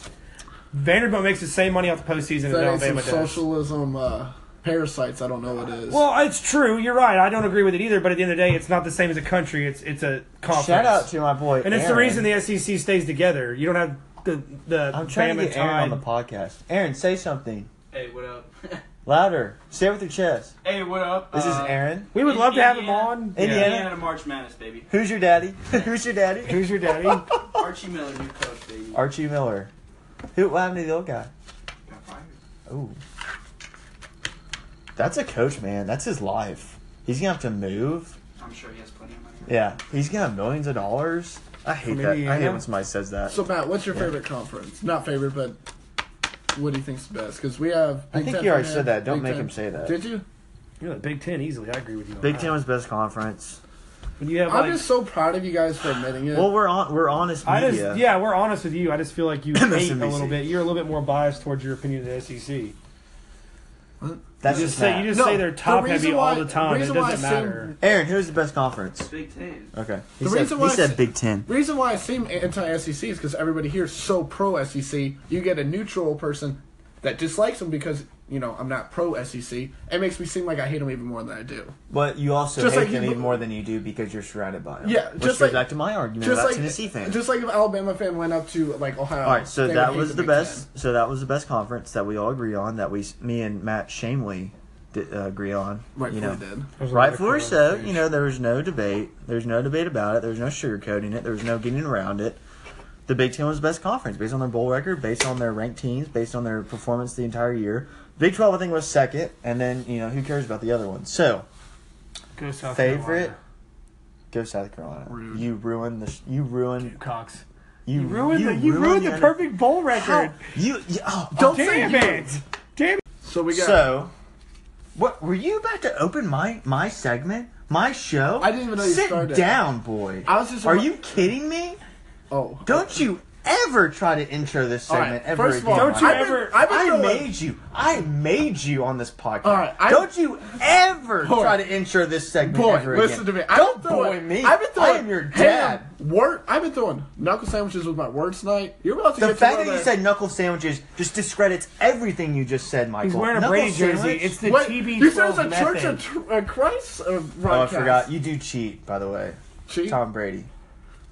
Vanderbilt makes the same money off the postseason as
That ain't some
Alabama does.
socialism uh, parasites. I don't know what is.
Well, it's true. You're right. I don't agree with it either. But at the end of the day, it's not the same as a country. It's it's a conference.
Shout out to my boy,
and it's the
Aaron.
reason the SEC stays together. You don't have the the
I'm trying
Bama
to get Aaron on
Tide.
the podcast. Aaron, say something
Hey, what up? [laughs]
louder. Say it with your chest.
hey, what up?
This is
Uh,
Aaron.
We would love to have him
Indiana.
on.
Indiana.
Indiana March Madness, baby.
Who's your daddy? [laughs] Who's your
Yeah.
daddy?
Who's your daddy?
Archie Miller, new coach, baby.
Archie Miller. Who? What happened to the old guy?
Got fired.
Ooh, that's a coach, man. That's his life. He's gonna have to move.
I'm sure he has plenty of money.
Yeah, he's gonna have millions of dollars. I hate
From
that. I hate
Indiana?
when somebody says that.
so Matt, what's your favorite conference? Not favorite, but what do you think's the best? Because we have.
I
Big
think
Ten
you already
fan,
said that. Don't
Big
make
Ten-
him say that.
Did you?
You're the Big Ten easily. I agree with you. on
Big
that.
Ten was best conference.
When you have
I'm
like,
just so proud of you guys for admitting it.
Well, we're on. We're honest
I
media.
just yeah, we're honest with you. I just feel like you hate a
MSNBC.
little bit. You're a little bit more biased towards your opinion of the SEC.
That's
You
just
just say you
Matt.
just say they're
the
top
reason
heavy
why-
all the time. It
reason why
doesn't
I assume-
matter.
Aaron, who's the best conference?
Big Ten.
Okay. He
The
said,
reason
he
why I
said
said-
Big Ten.
Reason why I seem anti-SEC is because everybody here is so pro-SEC. You get a neutral person that dislikes them because you know I'm not pro-SEC. It makes me seem like I hate them even more than I do.
But you also
Just
hate
like
them
you-
even more than you do because you're surrounded by them.
Yeah,
which
just
goes
like-
back to my argument
just
about
like
Tennessee fans.
Just like if Alabama fan went up to like Ohio.
E all right, so
they would
that
hate
was the
Big
best. So that was the best conference that we all agree on. That we, s- me and Matt Shamley, did, uh, agree on.
Ten. Right,
you know,
did.
rightfully so. You know, there was no debate. There's no debate about it. There was no sugarcoating it. There was no getting around it. The Big Ten was the best conference based on their bowl record, based on their ranked teams, based on their performance the entire year. Big Twelve, I think, was second, and then you know who cares about the other one? So
Go South
favorite. Go South Carolina.
Rude.
You ruined the. sh- You ruined.
Cox.
You,
You ruined the you ruined, the
under-
perfect bowl
How-
record.
You, you oh,
Don't
Damn
say
it! Damn it!
So we got.
So, what were you about to open my my segment, my show?
I didn't even know you
Sit
started.
down, boy.
I was just.
Are you kidding me?
Oh,
Don't you ever try to intro this
All right,
segment ever
first of
again.
all,
Mike.
Don't you
I've been-
ever-
I've been
I
throwing-
made you. I made you on this podcast.
All right, I-
don't you ever
Boy.
try to intro this segment
Boy,
ever
listen
again.
to me. I've
don't
been throwing,
boy me.
I've been throwing
I am your
ham,
dad.
word. I've been throwing knuckle sandwiches with my words tonight. You're about to
The
get
fact
to
that you
another-
said knuckle sandwiches just discredits everything you just said, Michael.
He's wearing a
Knuckle
Brady jersey.
sandwich?
It's the
Wait,
TB12
You said it's a
method.
Church of Tr- uh, Christ uh,
oh, I
broadcast.
forgot. You do cheat, by the way.
Cheat?
Tom Brady.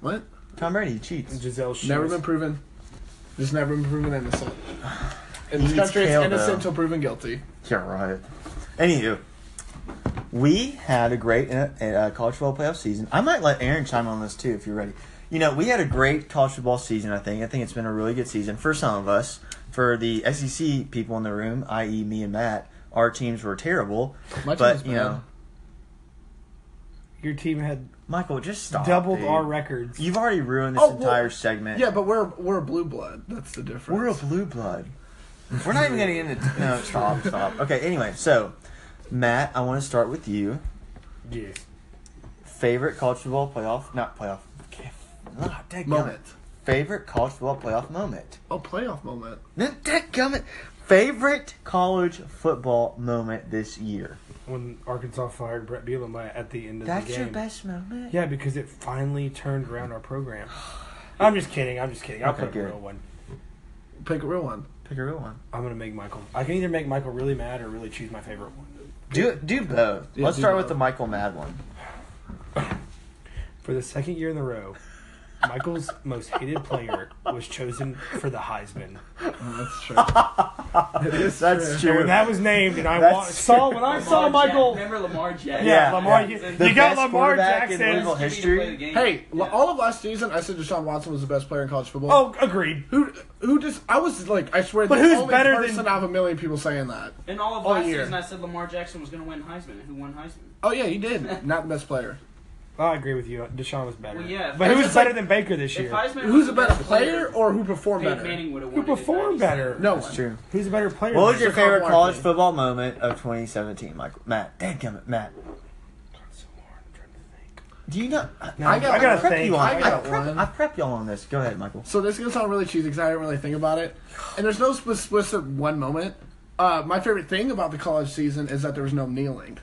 What?
Tom Brady cheats.
Giselle Shaw.
Never been proven. Just never been proven innocent. In this
He
country,
needs kale,
it's innocent
though.
until proven guilty.
Yeah, right. Anywho, we had a great uh, uh, college football playoff season. I might let Aaron chime on this too if you're ready. You know, we had a great college football season. I think. I think it's been a really good season for some of us. For the SEC people in the room, i.e., me and Matt, our teams were terrible.
My
but
team's
you know,
Your team had
Michael, just stop.
doubled
dude.
our records.
You've already ruined this
Oh, well,
entire segment.
Yeah, but we're we're a blue blood. That's the difference.
We're a blue blood. We're not even going to get into. [laughs] No, stop, stop. Okay, anyway, so, Matt, I want to start with you.
yes.
Favorite college football playoff, not playoff. okay, Ah, dadgummit.
moment.
Favorite college football playoff moment.
Oh, playoff moment.
No, Dadgummit. Favorite college football moment this year.
When Arkansas fired Brett Bielema at the end of
That's
the game.
your best moment.
Yeah, because it finally turned around our program. I'm just kidding. I'm just kidding. I'll
Okay,
put a
good.
real one.
Pick a real one.
Pick a real one.
I'm gonna make Michael. I can either make Michael really mad or really choose my favorite one.
Do do both.
Yeah,
Let's
do
start
both.
with the Michael Mad one.
For the second year in a row,
[laughs]
Michael's most hated player was chosen for the
[laughs]
Heisman.
Uh,
Oh, [laughs] that's true. it is
That's
true.
true.
When that was named, and I
That's
wa-
true.
saw when I saw
Lamar Jack-
Michael.
Remember Lamar Jackson?
Yeah, Lamar.
yeah.
You,
The
you got
best
Lamar
quarterback in Louisville
Jackson.
history.
Hey, l all of last season, I said Deshaun Watson was the best player in college football.
Oh, agreed.
Who who just I was like I swear
But
the
who's
only
better than-
person out of a million people saying that.
in all of
all
last
year.
season, I said Lamar Jackson was going to win Heisman. And who won Heisman?
Oh yeah,
[laughs]
he did. Not the best player.
Oh, I agree with you. Deshaun was better.
Well, yeah,
but who
it's
was
just
better than Baker this
If
year?
Heisman
Who's
was
a
the
better
best
player or who performed
Peyton
better?
Manning would have
Who
won.
performed better?
No
That's
one.
true.
Who's a better player?
What was your
Deshaun
favorite
Watson.
college football moment of 2017, Michael? Matt, dadgummit, Matt. Do you know?
No,
I got-
I gotta
I
prep
think.
you on.
I
I,
got
prep,
one.
I prep y'all on this. Go ahead, Michael.
So this is gonna sound really cheesy because I didn't really think about it. And there's no spe- specific one moment. Uh, my favorite thing about the college season is that there was no kneeling.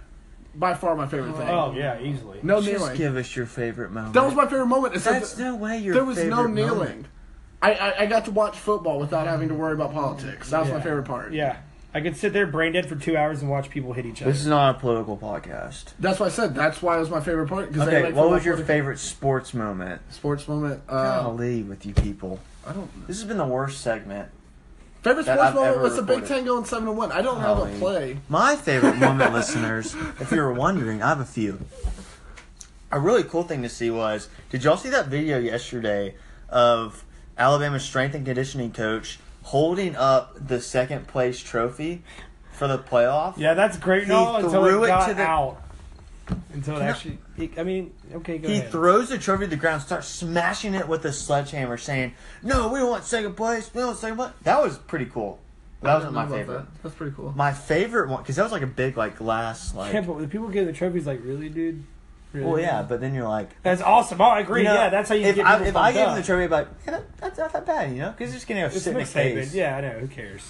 By far, my favorite thing.
Oh yeah, easily.
No
Just
kneeling.
give us your favorite moment.
That was my favorite moment. It's that
That's no way your
there was
favorite
no kneeling.
moment.
I, I I got to watch football without having to worry about politics. That was my
Yeah.
favorite part.
Yeah, I could sit there brain dead for two hours and watch people hit each other.
This is not a political podcast.
That's why I said that's why it was my favorite part. 'cause I
Okay,
like
what
football
was your
politics.
favorite sports moment?
sports moment? Uh,
Golly, with you people.
I don't.
This has been the worst segment.
Favorite
That
sports
I've
moment
ever
was the Big
recorded.
Ten going seven and one. I don't have
Golly.
a play.
My favorite moment, [laughs] listeners, if you were wondering, I have a few. A really cool thing to see was did y'all see that video yesterday of Alabama's strength and conditioning coach holding up the second place trophy for the playoff?
Yeah, that's great.
He
No, until
threw
it,
it
got
to the-
out. Until it actually, it- I mean, okay, go
He
ahead.
throws the trophy to the ground, starts smashing it with a sledgehammer, saying, No, we want second place. We want second place. That was pretty cool. That wasn't
I
my
love
favorite.
that. That's pretty cool.
My favorite one, because that was like a big, like,
[laughs]
glass, like.
yeah, but when people getting the trophies, like, really, dude? Really?
well, yeah, but then you're like,
That's awesome. Oh, I agree.
You know,
yeah, that's how you
if
get
I,
people
if I
pumped
gave him
up.
the trophy, I'd be like, yeah, that, that's not that bad, you know, because it's just gonna go
It's
sit in the
Nick Saban.
face.
Yeah, I know. Who cares?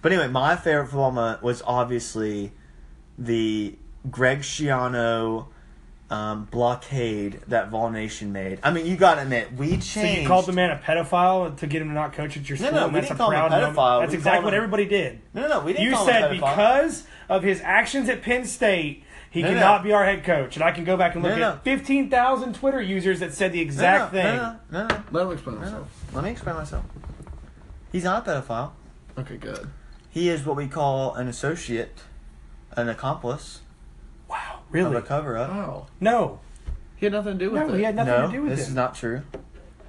But anyway, my favorite football moment was obviously the Greg Schiano um, blockade that Vol Nation made. I mean, you gotta admit, we changed.
So you called the man a pedophile to get him to not coach at your
No,
school?
no,
and
we
that's
didn't
a
call him a
proud moment.
pedophile.
That's
We
exactly
called
what
him-
everybody did.
No, no, no, we didn't.
You
call him a
said
pedophile.
because of his actions at Penn State, he
No, no.
cannot be our head coach. And I can go back and
No,
look
no.
at 15,000 Twitter users that said the
No,
exact
no,
thing.
No, no, no,
Let him explain
no, no.
himself.
Let me explain myself. He's not a pedophile.
Okay, good.
He is what we call an associate, an accomplice
Wow,
of
really?
a cover up.
Wow,
No,
Oh. he had nothing to do with
no,
it.
he had nothing
no,
to do with
this
it. Oh,
is not true.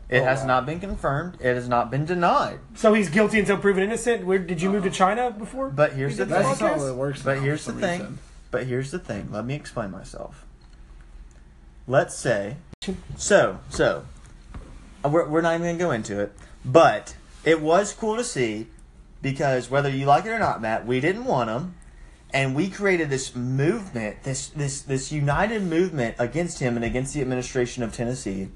It has
wow.
not been confirmed. It has not been denied.
So he's guilty until proven innocent. Where did you move to China before?
But here's
We
the
did
That's
thing.
just
podcast?
how it works.
But
now
here's
for
the
some
thing.
reason.
But here's the thing. Let me explain myself. Let's say, so so, uh, we're we're not even gonna go into it. But it was cool to see because whether you like it or not, Matt, we didn't want him, and we created this movement, this this this united movement against him and against the administration of Tennessee.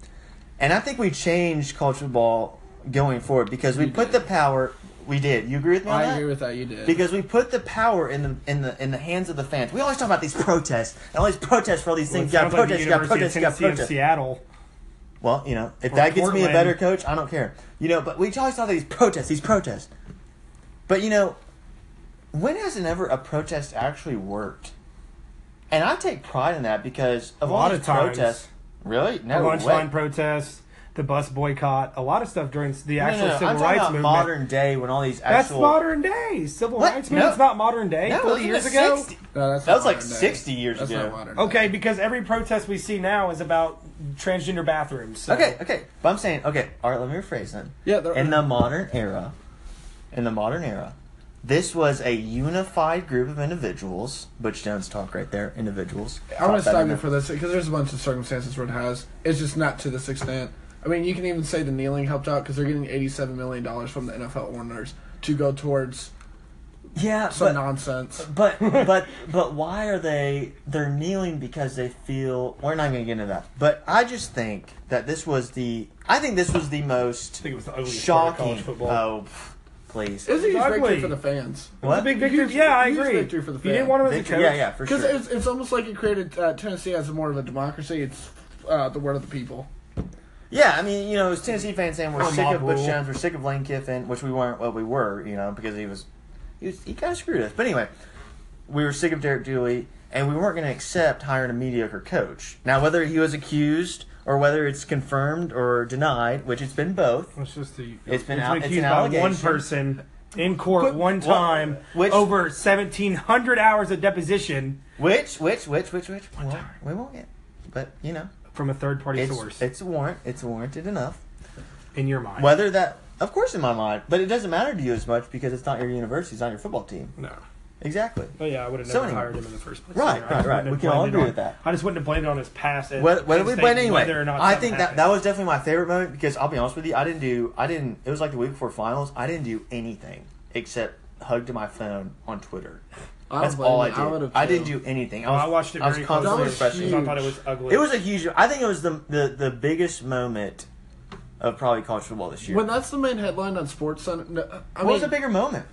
And I think we changed college football going forward because we
You
put the
did.
power. We did. You agree with me? on
I
that?
agree with that. You did.
Because we put the power in the in the in the hands of the fans. We always talk about these protests and all these protests for all these
Well, it
things. got
sounds like
protests,
the
got
University of
protests, got
Tennessee in
protests.
Seattle.
Well, you know, if
Or
that gets me a
Portland.
better coach, I don't care. You know, but we always talk about these protests, these protests. But you know, when has and ever a protest actually worked? And I take pride in that because of
A
all
lot
these
of times.
protests. Really?
The
No
lunch
way.
line protests, the bus boycott, a lot of stuff during the
No, no,
actual
no,
civil
I'm talking
rights
about
movement.
modern day when all these
That's
actual
modern day civil
What?
rights. Man,
No.
it's not modern day.
No,
Thirty
it
years
was in the
ago.
60s.
no, that's
That
not
was like
modern day.
60 years
that's
ago.
Not modern day.
Okay, because every protest we see now is about transgender bathrooms. So.
Okay, okay. But I'm saying, okay, all right, let me rephrase then.
Yeah, there-
In the modern era, in the modern era, this was a unified group of individuals. Butch Jones talk right there, individuals.
I'm going to
Talk that
stop
in
you
there.
for this because there's a bunch of circumstances where it has. It's just not to this extent. I mean, you can even say the kneeling helped out because they're getting $87 million from the NFL owners to go towards
Yeah, but,
some nonsense.
but
[laughs]
but but why are they they're kneeling because they feel we're not going to get into that. But I just think that this was the I think this was the
I
most
think it was the ugliest part of college
shocking.
football.
Oh, pff, please.
It's a huge
Exactly.
victory for the fans.
It was a
What?
big victory.
Huge-
yeah, I
huge
agree.
victory for the
If you didn't
fan.
want him as a
Victor-
coach.
yeah, yeah, for
Because
sure.
it's, it's almost like it created uh, Tennessee as more of a democracy. It's uh, the word of the people.
Yeah, I mean, you know, as Tennessee fans saying we're
Or
sick
mob
of Butch
rule.
Jones, we're sick of Lane Kiffin, which we weren't. Well, we were, you know, because he was, he, was, he kind of screwed us. But anyway, we were sick of Derek Dooley, and we weren't going to accept hiring a mediocre coach. Now, whether he was accused or whether it's confirmed or denied, which it's been both,
It's just the
It's been out- it's
accused
an
by one
allegation.
person in court
But-
one time
which-
over seventeen hundred hours of deposition
which, which, which, which, which, we won't, we won't get. But you know,
from a third party
it's
source
it's a warrant. It's warranted enough.
in your mind.
Whether that, of course, in my mind, but it doesn't matter to you as much because it's not your university, it's not your football team.
No.
Exactly.
But yeah, I would have
So
never
anyway.
hired him in the first place.
Right,
either.
right,
I just
right.
wouldn't
We
have
can all
blamed it
agree
on-
with that.
I just wouldn't have blamed it on his past. at
What, what
Penn
we,
State
but anyway,
whether or not
I
something
think that,
happened.
that was definitely my favorite moment because I'll be honest with you, I didn't do I didn't. It was like the week before finals. I didn't do anything except hug to my phone on Twitter.
I don't
That's
blame
all
you.
I did.
I would've
I,
too.
didn't do anything. I,
Well,
was,
I watched it
I was
very
constantly
closely. That was
refreshing.
huge.
I thought it was ugly.
It was a huge. I think it was the the, the biggest moment of probably college football this year.
When that's the main headline on Sports Center, no, uh, I
what
mean,
was a bigger moment?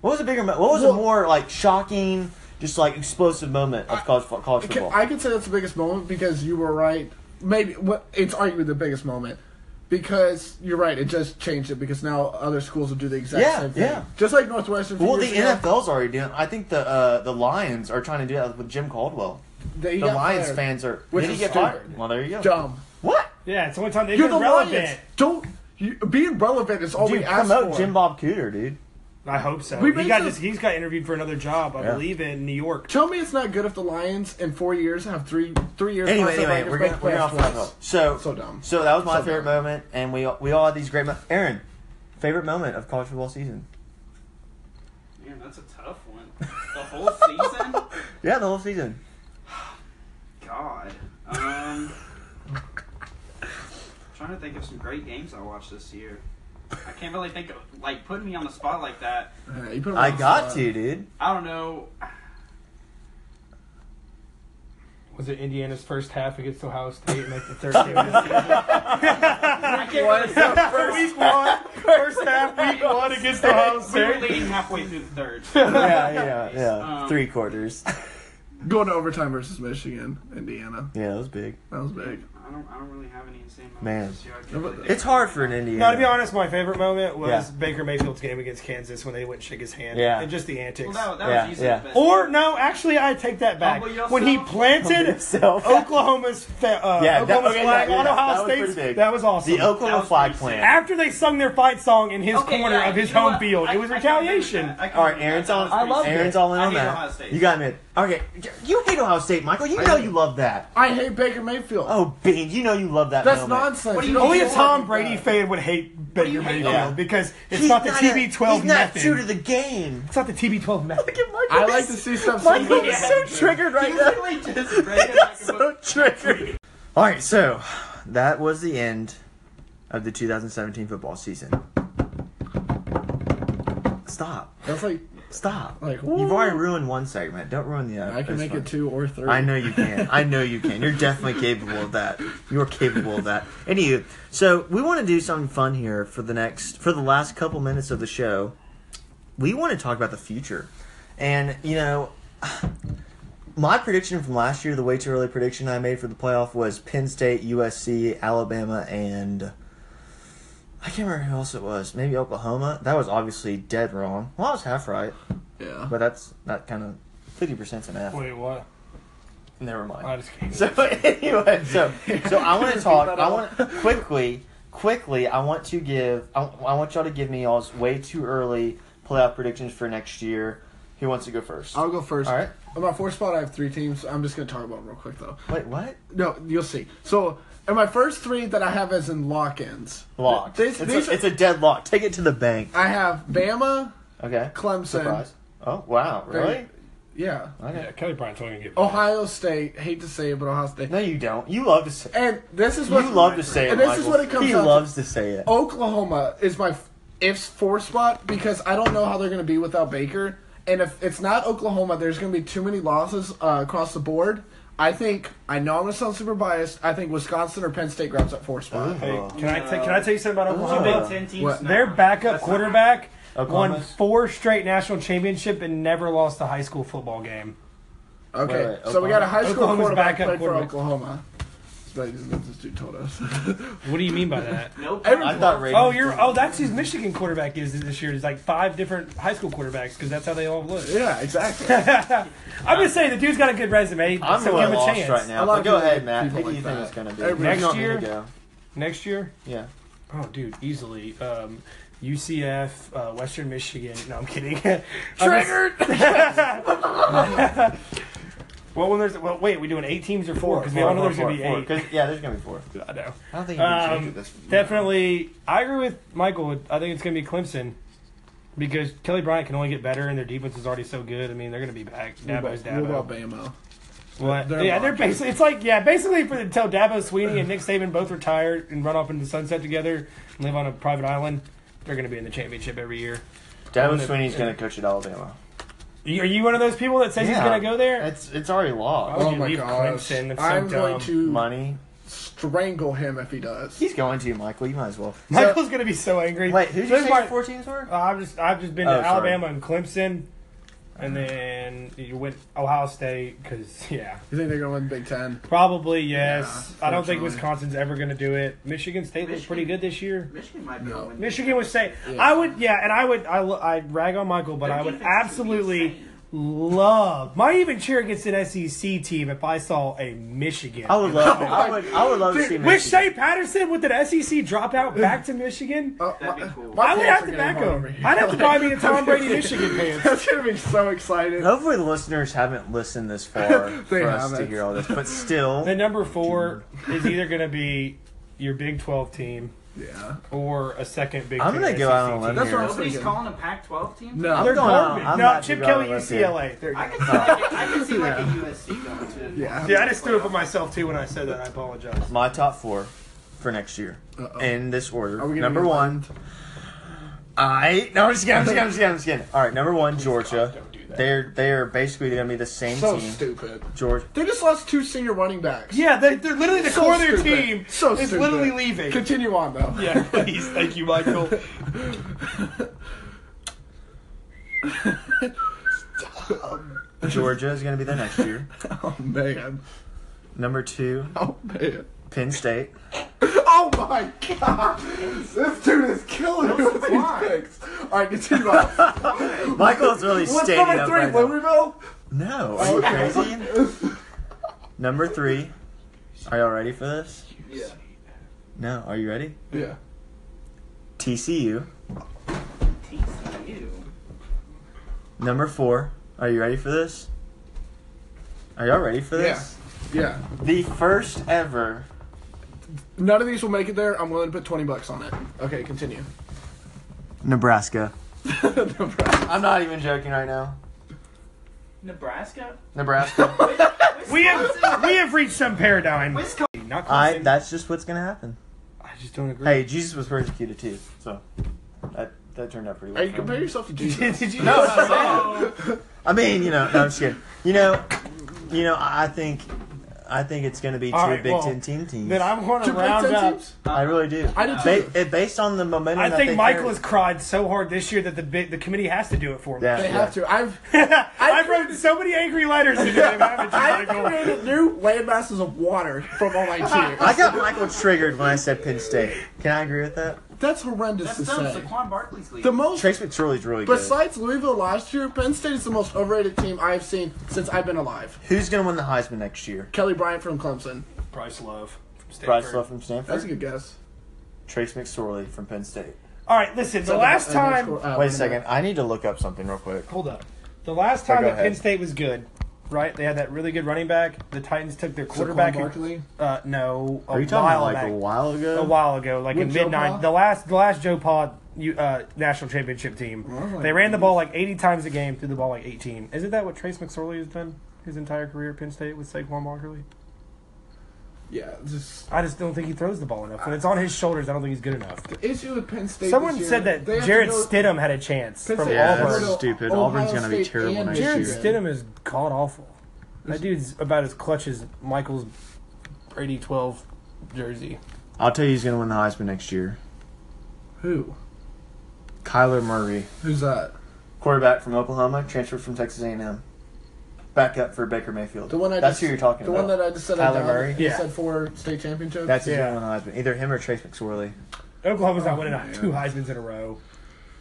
What was a bigger? mo- What was a
Well-
more like shocking, just like explosive moment of college fo- college
Ca-
football?
I could say that's the biggest moment because you were right. Maybe what it's arguably the biggest moment because you're right. It just changed it because now other schools will do the exact
Yeah,
same thing.
yeah.
Just like Northwestern. a few
Well, the
years ago,
NFL's already doing. I think the uh, the Lions are trying to do that with Jim Caldwell.
they
The
got
Lions
fired.
fans are.
Which
did he
is
get
stupid.
fired? Well, there you go.
dumb.
What?
yeah. It's the only time they've
You're the
been relevant.
Lions. Don't you, being relevant is all
Dude,
we ask
promote
for.
Jim Bob Cooter, dude.
I hope so.
We
He
made
got
some-
this, he's got interviewed for another job, I
Yeah.
believe, in New York.
Tell me it's not good if the Lions in four years have three three years.
Anyway,
left of
anyway,
records
we're gonna
back
we're gonna
playoff
off that
wins.
hook. So
So dumb.
So that was my
So
favorite
dumb.
moment, and we we all had these great. Mo- Aaron, favorite moment of college football season?
Man, that's a tough one. The whole season?
[laughs] Yeah, the whole season.
God. Um. Trying to think of some great games I watched this year. I can't really think of like putting me on the spot like that.
Uh, you put them
I
on the
got
spot.
to, dude.
I don't know.
Was it Indiana's first half against Ohio State and like the third [laughs] game? of the season?
I can't really
[laughs] week one, first half, week one against Ohio
we were
State.
leading halfway through the
[laughs]
third.
[laughs] yeah, yeah, yeah.
Um,
Three quarters. [laughs]
Going to overtime versus Michigan, Indiana.
yeah, that was big.
That was big.
I don't. I don't really have any insane moments
Man.
this year. I can't
No, but
really think
It's
of
hard
any.
for an Indian.
No, to be honest, my favorite moment was
Yeah.
Baker Mayfield's game against Kansas when they went and shook his hand.
Yeah.
And just the antics.
Well, that, that
Yeah,
was easily
yeah.
the best.
or, no, actually, I take that back.
Humble yourself.
When he planted
Yourself.
Oh,
Oklahoma's, fa- uh,
Yeah, that-
Oklahoma's
okay,
flag
yeah, yeah,
on
that
Ohio
was pretty
State's,
big.
that was awesome.
The Oklahoma
was
flag
pretty
plant.
sick.
After they sung their fight song in his
Okay,
corner
yeah,
of his
you know
home
what?
field,
I-
it was
I can agree with
retaliation.
that. I can
All right,
agree with
Aaron's
that.
all.
That was pretty sick.
Aaron's all in
I
on
hate
that.
Ohio State.
You got me. Okay, you hate Ohio State, Michael. You know you love that.
I hate Baker Mayfield.
Oh, Bean, you know you love that.
That's
moment.
nonsense.
What do
You
you
don't
Only
do
a
that
Tom
like
Brady
that.
fan would hate
you
Baker
hate?
Mayfield
Yeah.
because it's
He's
not the
a-
TB12
He's not
method.
true to the game.
It's not the TB12 method.
I like to see stuff. so
Michael
bad.
is so triggered
He
right now. [laughs]
literally just read it like a book.
So triggered. All right, so that was the end of the 2017 football season. Stop.
That's like
Stop.
Like,
You've already
what?
ruined one segment. Don't ruin the other.
I can
It's
make
fine.
it two or three.
I know you can. I know you can. You're definitely capable of that. You're capable of that. Anywho, so we want to do something fun here for the next, for the last couple minutes of the show. We want to talk about the future, and you know, my prediction from last year, the way too early prediction I made for the playoff was Penn State, USC, Alabama, and I can't remember who else it was. Maybe Oklahoma. That was obviously dead wrong. Well, I was half right,
Yeah.
but that's that kind of fifty percent's an F.
Wait, what?
Never mind.
I just can't.
So [laughs] anyway, so so I want to
Repeat
talk.
that
I
all.
want quickly, quickly. I want to give. I, I want y'all to give me y'all's way too early playoff predictions for next year. Who wants to go first?
I'll go first.
All right.
In my fourth spot, I have three teams. I'm just going to talk about them real quick, though.
Wait, what?
No, you'll see. So, in my first three that I have as in lock ins,
Locked.
These,
it's,
these
a, it's a deadlock. Take it to the bank.
I have Bama,
Okay.
Clemson.
Surprise. Oh wow! Really?
Very- Yeah.
Okay.
Yeah, Kelly Bryant's only gonna get
Ohio State. Hate to say it, but Ohio State.
No, you don't. You love to say.
And this is
You
what
love to say it.
And this is
Michael.
what it comes
He
down to. Oh,
loves to say it.
Oklahoma is my f- if's four spot because I don't know how they're going to be without Baker. And if it's not Oklahoma, there's going to be too many losses uh, across the board. I think I know I'm going to sound super biased. I think Wisconsin or Penn State grabs that four spot.
Hey,
Oh.
can I ta- can I tell you something about
Two
Oklahoma?
Big Ten teams.
What?
now.
Their backup
That's not-
quarterback won
Oklahoma's?
four straight national championship and never lost a high school football game.
Okay,
Wait, wait,
so we got
Oklahoma-
a high school
Oklahoma's
quarterback
backup
played for
quarterback.
Oklahoma. This dude
[laughs]
told us.
What do you mean by that?
Nope.
I thought Ravens.
[laughs] oh, you're oh that's whose Michigan quarterback is this year. Is like five different high school quarterbacks because that's how they all look. [laughs]
yeah, exactly.
I'm just saying the dude's got a good resume.
I'm
so
really
give him a
lost
chance.
right now.
A lot
But
of
go
people-
ahead, Matt. Who
people
do you
like
think
that.
it's going to be?
Everybody-
Next
Next
year.
year? Next year,
Yeah.
oh dude, easily. Um, UCF, uh, Western Michigan. No, I'm kidding. [laughs]
Triggered.
well, when there's well, wait, we doing eight teams or four? Because we
Four,
all know
four,
there's gonna be
four,
eight.
four. 'Cause- Yeah, there's going to be four.
I know.
I don't think you can change
Um,
it this
definitely, I agree with Michael. I think it's going to be Clemson because Kelly Bryant can only get better, and their defense is already so good. I mean, they're going to be back. Dabo's
What about
Dabo.
Bama?
What?
They're
yeah, they're
locked.
basically. It's like yeah, basically for until Dabo Sweeney and Nick Saban both retire and run off into the sunset together and live on a private island. They're going to be in the championship every year.
Devin Sweeney's going to coach at Alabama.
Are you one of those people that says he's
Yeah.
going to go there?
It's it's already
Why
logged.
would
Oh
you
my
leave
gosh!
Clemson? That's so
I'm going
dumb.
to
Money.
strangle him if he does.
He's going to Michael. You might as well.
Michael's going to be so angry.
Wait, who's your
There's my-
favorite four teams were?
Uh, I've just I've just been
Oh,
to
sorry.
Alabama and Clemson, and then you went Ohio State because yeah,
You think they're going to win Big Ten?
probably yes.
Yeah,
I don't think
fortunately.
Wisconsin's ever going to do it. Michigan State looked pretty good this year.
Michigan might be
No.
no.
Michigan was say I would yeah, and I would I lo- I rag on Michael, but
Their
I would
defense is
absolutely
insane.
love might even cheer against an SEC team if I saw a Michigan.
I would
[laughs]
love. I would. I would love to see.
with
Michigan.
Shea Patterson with an SEC dropout back to Michigan.
Oh,
That'd
my-
be cool.
my
I would
pants
have
are
to
getting
back
hard over
him.
here. [laughs]
I'd have to buy me a Tom Brady Michigan pants.
That's gonna be so excited.
Hopefully, the listeners haven't listened this
[laughs]
far for us to
haven't.
hear all this, but still,
The number four is either going to be your Big 12 team
Yeah.
or a second Big
I'm
10
gonna go out
SEC
on a
team.
limb
That's
here.
what I'm
Nobody's
thinking.
calling a Pac-12 team.
No.
I'm
They're
going out.
garbage.
I'm
No,
not
Chip
going
Kelly,
out with you.
UCLA. There you
I
go.
could see, like, a, I
[laughs]
could see like a USC going to.
Yeah.
Yeah, I just threw it for myself too when I said that. I apologize.
my top four for next year
Uh-oh.
in this order.
Are we gonna
Number
be
one, I no, I'm just kidding. I'm just kidding. I'm just kidding. I'm just kidding. All right, number one, Georgia.
don't do that.
They're they're basically going to be the same
So
team.
stupid. [laughs]
Georgia.
They just lost two senior running backs.
Yeah, they, they're literally the
So
core of their
stupid.
team
So
is
stupid.
literally leaving.
Continue on though. [laughs]
yeah, please. Thank you, Michael.
Georgia is going to be there next year.
Oh man.
Number two,
Oh man.
Penn State.
Oh my god. This dude is killing me with these picks. All right, continue on. [laughs]
Michael's really
What's
standing
number
up
three?
right now.
Louisville.
No,
Oh,
are you crazy?
[laughs]
number three. Are y'all ready for this?
Yeah.
No, are you ready?
Yeah.
TCU.
TCU.
Number four. Are you ready for this? Are y'all ready for
Yeah.
this?
Yeah.
The first ever
None of these will make it there. I'm willing to put twenty bucks on it. Okay, continue. [laughs]
Nebraska.
Nebraska.
I'm not even joking right now.
Nebraska.
Nebraska.
[laughs] we have we have reached some paradigm.
Wisconsin.
Not
I.
Clemson.
That's just what's gonna happen.
I just don't agree.
Hey, Jesus was persecuted too, so that that turned out pretty well.
Are you
for him.
comparing yourself to
[laughs]
Jesus?
Did you
No,
know?
no, I mean, you know, no, I'm just kidding. You know, you know, I I think, I think it's going to be two
All right,
Big
well,
Ten team teams.
Then I want to
Two Big
round
Ten
up.
teams?
I really do.
I do
Ba-
too.
it- based on the momentum,
I
that
think
they
Michael
carry-
has cried so hard this year that the bit, the committee has to do it for him.
Yeah,
They
yeah.
have to. I've
[laughs] I've wrote so many angry letters to him, haven't
I've
you, Michael?
created new landmasses of water from all my tears.
I got Michael triggered when I said Penn State. Can I agree with that?
That's horrendous
That's
to
dumb.
say.
Saquon Barkley's league.
The most
Trace McSorley's really good.
Besides Louisville last year, Penn State is the most overrated team I've seen since I've been alive.
Who's going to win the Heisman next year?
Kelly Bryant from Clemson.
Bryce Love. from Stanford.
Bryce Love from Stanford.
That's a good guess.
Trace McSorley from Penn State.
All right, listen. The last time,
uh,
Wait a second. I need to look up something real quick.
hold up. The last
Oh,
time
go
that Penn
ahead.
State was good, right? They had that really good running back. The Titans took their quarterback.
Barkley?
uh, no, a
Are you talking
while
about like
back.
a while ago?
a while ago, like
With
in
Joe
mid
Pa?
nine. The last, the last Joe Pod uh, national championship team.
Really?
They ran the ball like eighty times a game, threw the ball like eighteen. Isn't that what Trace McSorley has done his entire career at Penn State with Saquon Barkley?
Yeah, just
I just don't think he throws the ball enough. When it's on his shoulders, I don't think he's good enough.
the issue with Penn State.
Someone
this year,
said that
they have to
Jared
go-
Stidham had a chance
Penn
from
State has
Yeah,
to go
that's
to
Auburn.
stupid.
Ohio
Auburn's gonna be
State
terrible
and
next
Jared
year.
Michigan.
Stidham is god awful. That dude's about as clutch as Michael's Brady twelve jersey.
I'll tell you who's going to win the Heisman next year.
Who?
Kyler Murray,
Who's that?
quarterback from Oklahoma, transferred from Texas A&M. Back up for Baker Mayfield.
The one I
That's
just,
who you're talking
the
about.
one that I just said. I
Kyler
doubted.
Murray?
You
Yeah.
said four state championships.
That's who's
Yeah.
going to win the Heisman. Either him or Trace McSorley.
Oklahoma's not
Oh,
winning
man.
two Heisman's in a row.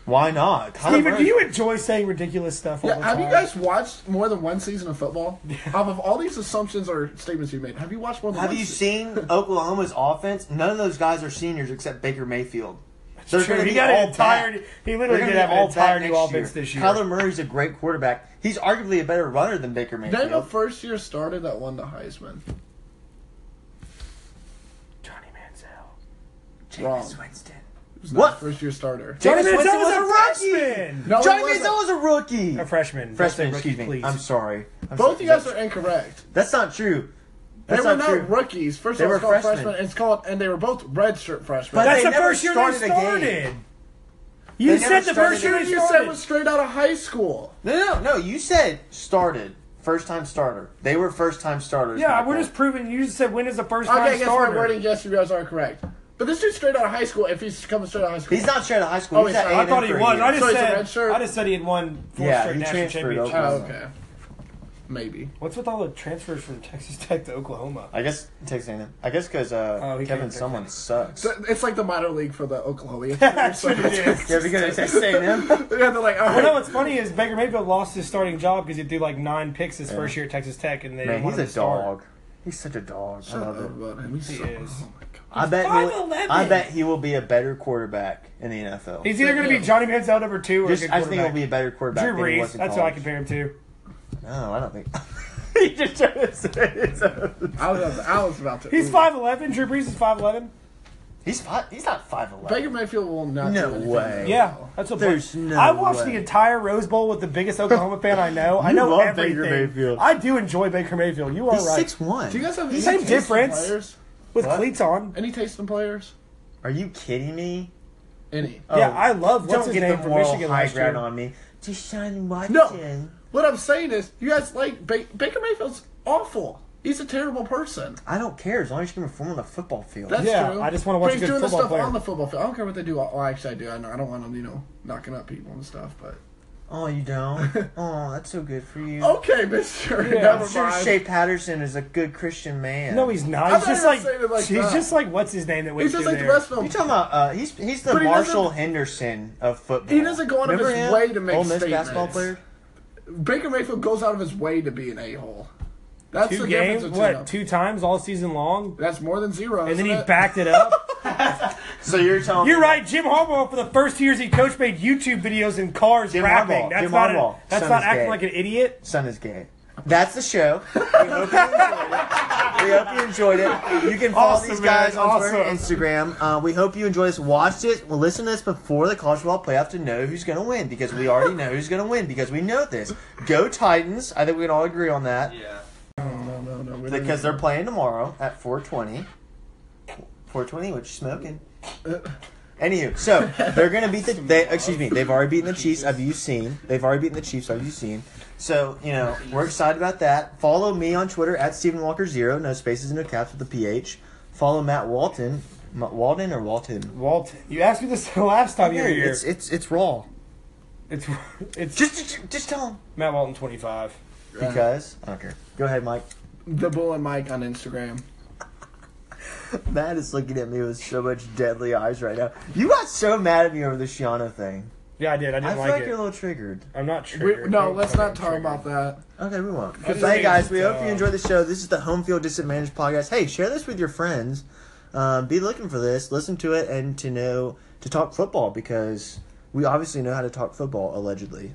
Why not? Kyler
Steven, do
Murray-
you enjoy saying ridiculous stuff all
yeah,
the
have
time?
you guys watched more than one season of football? Off of all these assumptions or statements you made, have you watched more than
Have
one
you
se-
seen
[laughs]
Oklahoma's offense? None of those guys are seniors except Baker Mayfield. They're
True,
gonna
he
be
got
all
an entire.
back.
He
They're
literally
going
did
to
have
have
an
all
entire
back
new
next year.
offense this year.
Kyler Murray's a great quarterback. He's arguably a better runner than Baker Mayfield.
Name a first year starter that won the Heisman.
Johnny Manziel.
Jameis
Wrong.
Winston.
Who's
What?
not a First year starter.
Jameis
Johnny Manziel
Winston
was
was
a
a rookie.
freshman.
No,
Johnny
it wasn't.
Manziel was a rookie.
A freshman.
Freshman,
Don't say
excuse
rookie,
me.
please.
I'm sorry. I'm
Both of
sorry.
you guys are incorrect.
That's not true. That's
they were
not
not
true.
rookies. First
They
of all,
were
it's called
freshmen.
freshmen. and It's called, and they were both redshirt freshmen.
But
That's
they
the
never
first year they
started a game.
started. You
They
said
never
the first
started
year
a
they
game.
you said
started.
was straight out of high school.
no, no, no. You said started. First time starter. They were first time starters.
Yeah,
Michael.
we're just proving. You just said when is the first
Okay, I
time
guess my
starter?
wording. Yes, you guys are correct. But this dude's straight out of high school. If he's coming straight out of high school,
He's not straight out of high school.
Oh,
he's
he's
at
not. I
A&M
thought he
for a
was.
year.
I just
So he's a
said.
red shirt?
I just said he had won four
Yeah,
straight
he
national
transferred over.
championships.
Oh, okay. Maybe.
What's with all the transfers from Texas [laughs] Tech to Oklahoma?
I guess Texas A&M. I guess because uh,
Oh, he
Kevin
can't pick
someone
that.
sucks.
So It's like the minor league for
[laughs]
the Oklahoma.
That's what it
[laughs]
is.
yeah, because of Texas [laughs] A&M.
they're like, all
Well,
right.
no, what's funny is Baker Mayfield lost his starting job because he threw like nine picks his first year at Texas Tech, and they
Man,
didn't want
he's
him
a
to start.
dog. He's such a dog. I
Shut
love
up
it.
about him. He's
He
so-
is.
Oh my god.
I bet. He'll,
5'11".
I bet he will be a better quarterback in the NFL.
He's either going to be Johnny Manziel number two or
just,
a good
I just think
quarterback.
he'll be a better quarterback.
Drew
than he
Brees.
was in
That's who I
college.
compare him to.
No, I don't think. [laughs] he just tried to say his own.
[laughs] I was, about to- I was about to.
He's
Ooh.
five eleven. Drew Brees is five eleven.
He's five. He's not five
Baker
eleven.
Mayfield will not.
No
do anything.
way.
Yeah, that's what.
There's no
I watched
way.
the entire Rose Bowl with the biggest Oklahoma fan I know.
[laughs]
I
You
know
love
everything.
Baker Mayfield.
I do enjoy Baker Mayfield. You are
He's
right.
six one.
Do you guys have any
He's same
taste in
difference.
Players?
With
What?
cleats on.
Any taste in players?
Are you kidding me?
Any.
yeah,
Oh,
I love what's
Don't
his
get
name
the
from
moral
Michigan
high
last year.
ground on me. Deshaun Watson.
No. What I'm saying is, you guys like ba- Baker Mayfield's awful. He's a terrible person.
I don't care as long as you can perform on the football field.
That's
Yeah,
true.
I just wanna watch
But
a
he's
good
doing this
football
stuff
player.
on the football field. I don't care what they do. Well, actually, I do. I, know, I don't want them, you know, knocking up people and stuff. But
oh, you don't.
[laughs]
oh, that's so good for you.
okay,
[laughs]
Mister.
Yeah.
I'm
Never
sure
mind.
Shea Patterson is a good Christian man.
No, he's not.
I'm
He's
not
just
even
like,
saying it like
he's
that.
just like what's his name that went
He's
through
just like the
there.
rest of
You
them.
talking about? Uh, he's he's the
But he doesn't-
Marshall Henderson of football.
He doesn't go out of
Remember
his
him?
way to make
Ole Miss
statements.
basketball player.
Baker Mayfield goes out of his way to be an a hole. That's
two
the
games,
difference between
what
them.
two times all season long,
That's more than zero.
and then
isn't
he
it?
backed it
[laughs]
up.
So you're telling
You're right. Jim Harbaugh, for the first two years he coached, made YouTube videos in cars
Jim
rapping.
Harbaugh.
That's
Jim
not a-
Harbaugh.
that's
Son
not
is
acting
gay.
like an idiot.
Son is gay. That's the show. We hope you enjoyed it. We hope you enjoyed it. You can follow
Awesome,
these guys
man.
on Twitter and
Awesome.
Instagram. Uh, we hope you enjoy this. Watch it. Well, listen to this before the college football playoff to know who's going to win because we already know who's going to win because we know this. Go Titans. I think we can all agree on that
yeah.
No, no, no. we
because
don't-
they're playing tomorrow at 420. 420, what you smoking? Anywho, so they're gonna beat the. They, excuse me, they've already beaten the Chiefs. Have you seen? They've already beaten the Chiefs. Have you seen? So you know we're excited about that. Follow me on Twitter at Stephen Walker Zero, no spaces and no caps with the PH. Follow Matt Walton, Ma- Walden or Walton.
Walt, you asked me this [laughs] the last time you were here.
It's it's it's raw.
It's it's
Just just, just tell him
Matt Walton twenty five.
because I don't care. Go ahead, Mike.
The Bull and Mike on Instagram.
Matt is looking at me with so much deadly eyes right now. You got so mad at me over the Shiano thing.
Yeah, I did. I
I
didn't
feel
like,
like
it.
you're a little triggered.
I'm not
We,
triggered.
no,
Don't
let's
fucking
not talk
trigger.
about that.
Okay, we won't.
Because
hey
they-
guys, we hope you
uh,
enjoyed the show. This is the Home Field Disadvantage podcast. Hey, share this with your friends. Um, be looking for this. Listen to it and to know to talk football because we obviously know how to talk football allegedly.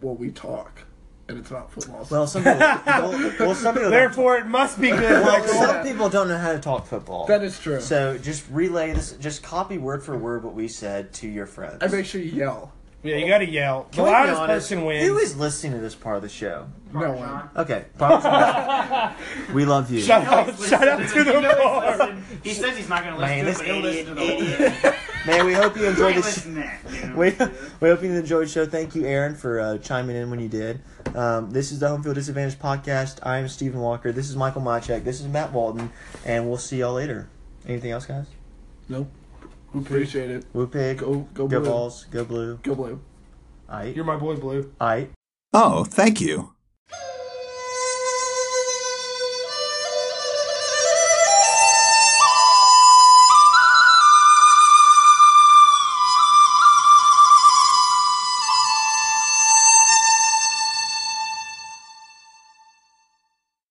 Well, we talk, and it's about football.
Well, some people. well, well, some people. don't-
Therefore, it must be
[laughs]
good.
well,
Michael.
some people don't know how to talk football.
that is true.
So just relay this. Just copy word for word what we said to your friends.
I make sure you yell.
yeah, you gotta yell. The
Can we be
loudest
honest?
person wins.
Who is listening to this part of the show?
No one.
Okay,
[laughs]
Parmesan. we love you.
Shout [laughs] out, shout out to the bar.
He says he's not going to
Man, this
listen to it, but he'll listen to the whole
idiot-
thing.
Man, we hope you enjoyed
Wait,
the show.
listen to that,
[laughs]
dude.
We, we hope you enjoyed the show. Thank you, Aaron, for uh, chiming in when you did. Um, this is the Home Field Disadvantage Podcast. I am Stephen Walker. This is Michael Machek. This is Matt Walton. And we'll see y'all later. Anything else, guys?
No. We appreciate it.
Woo pig. Go,
Go, go, blue.
balls. Go blue.
Go blue.
Aight.
You're my boy, Blue.
Aight.
Oh, thank you.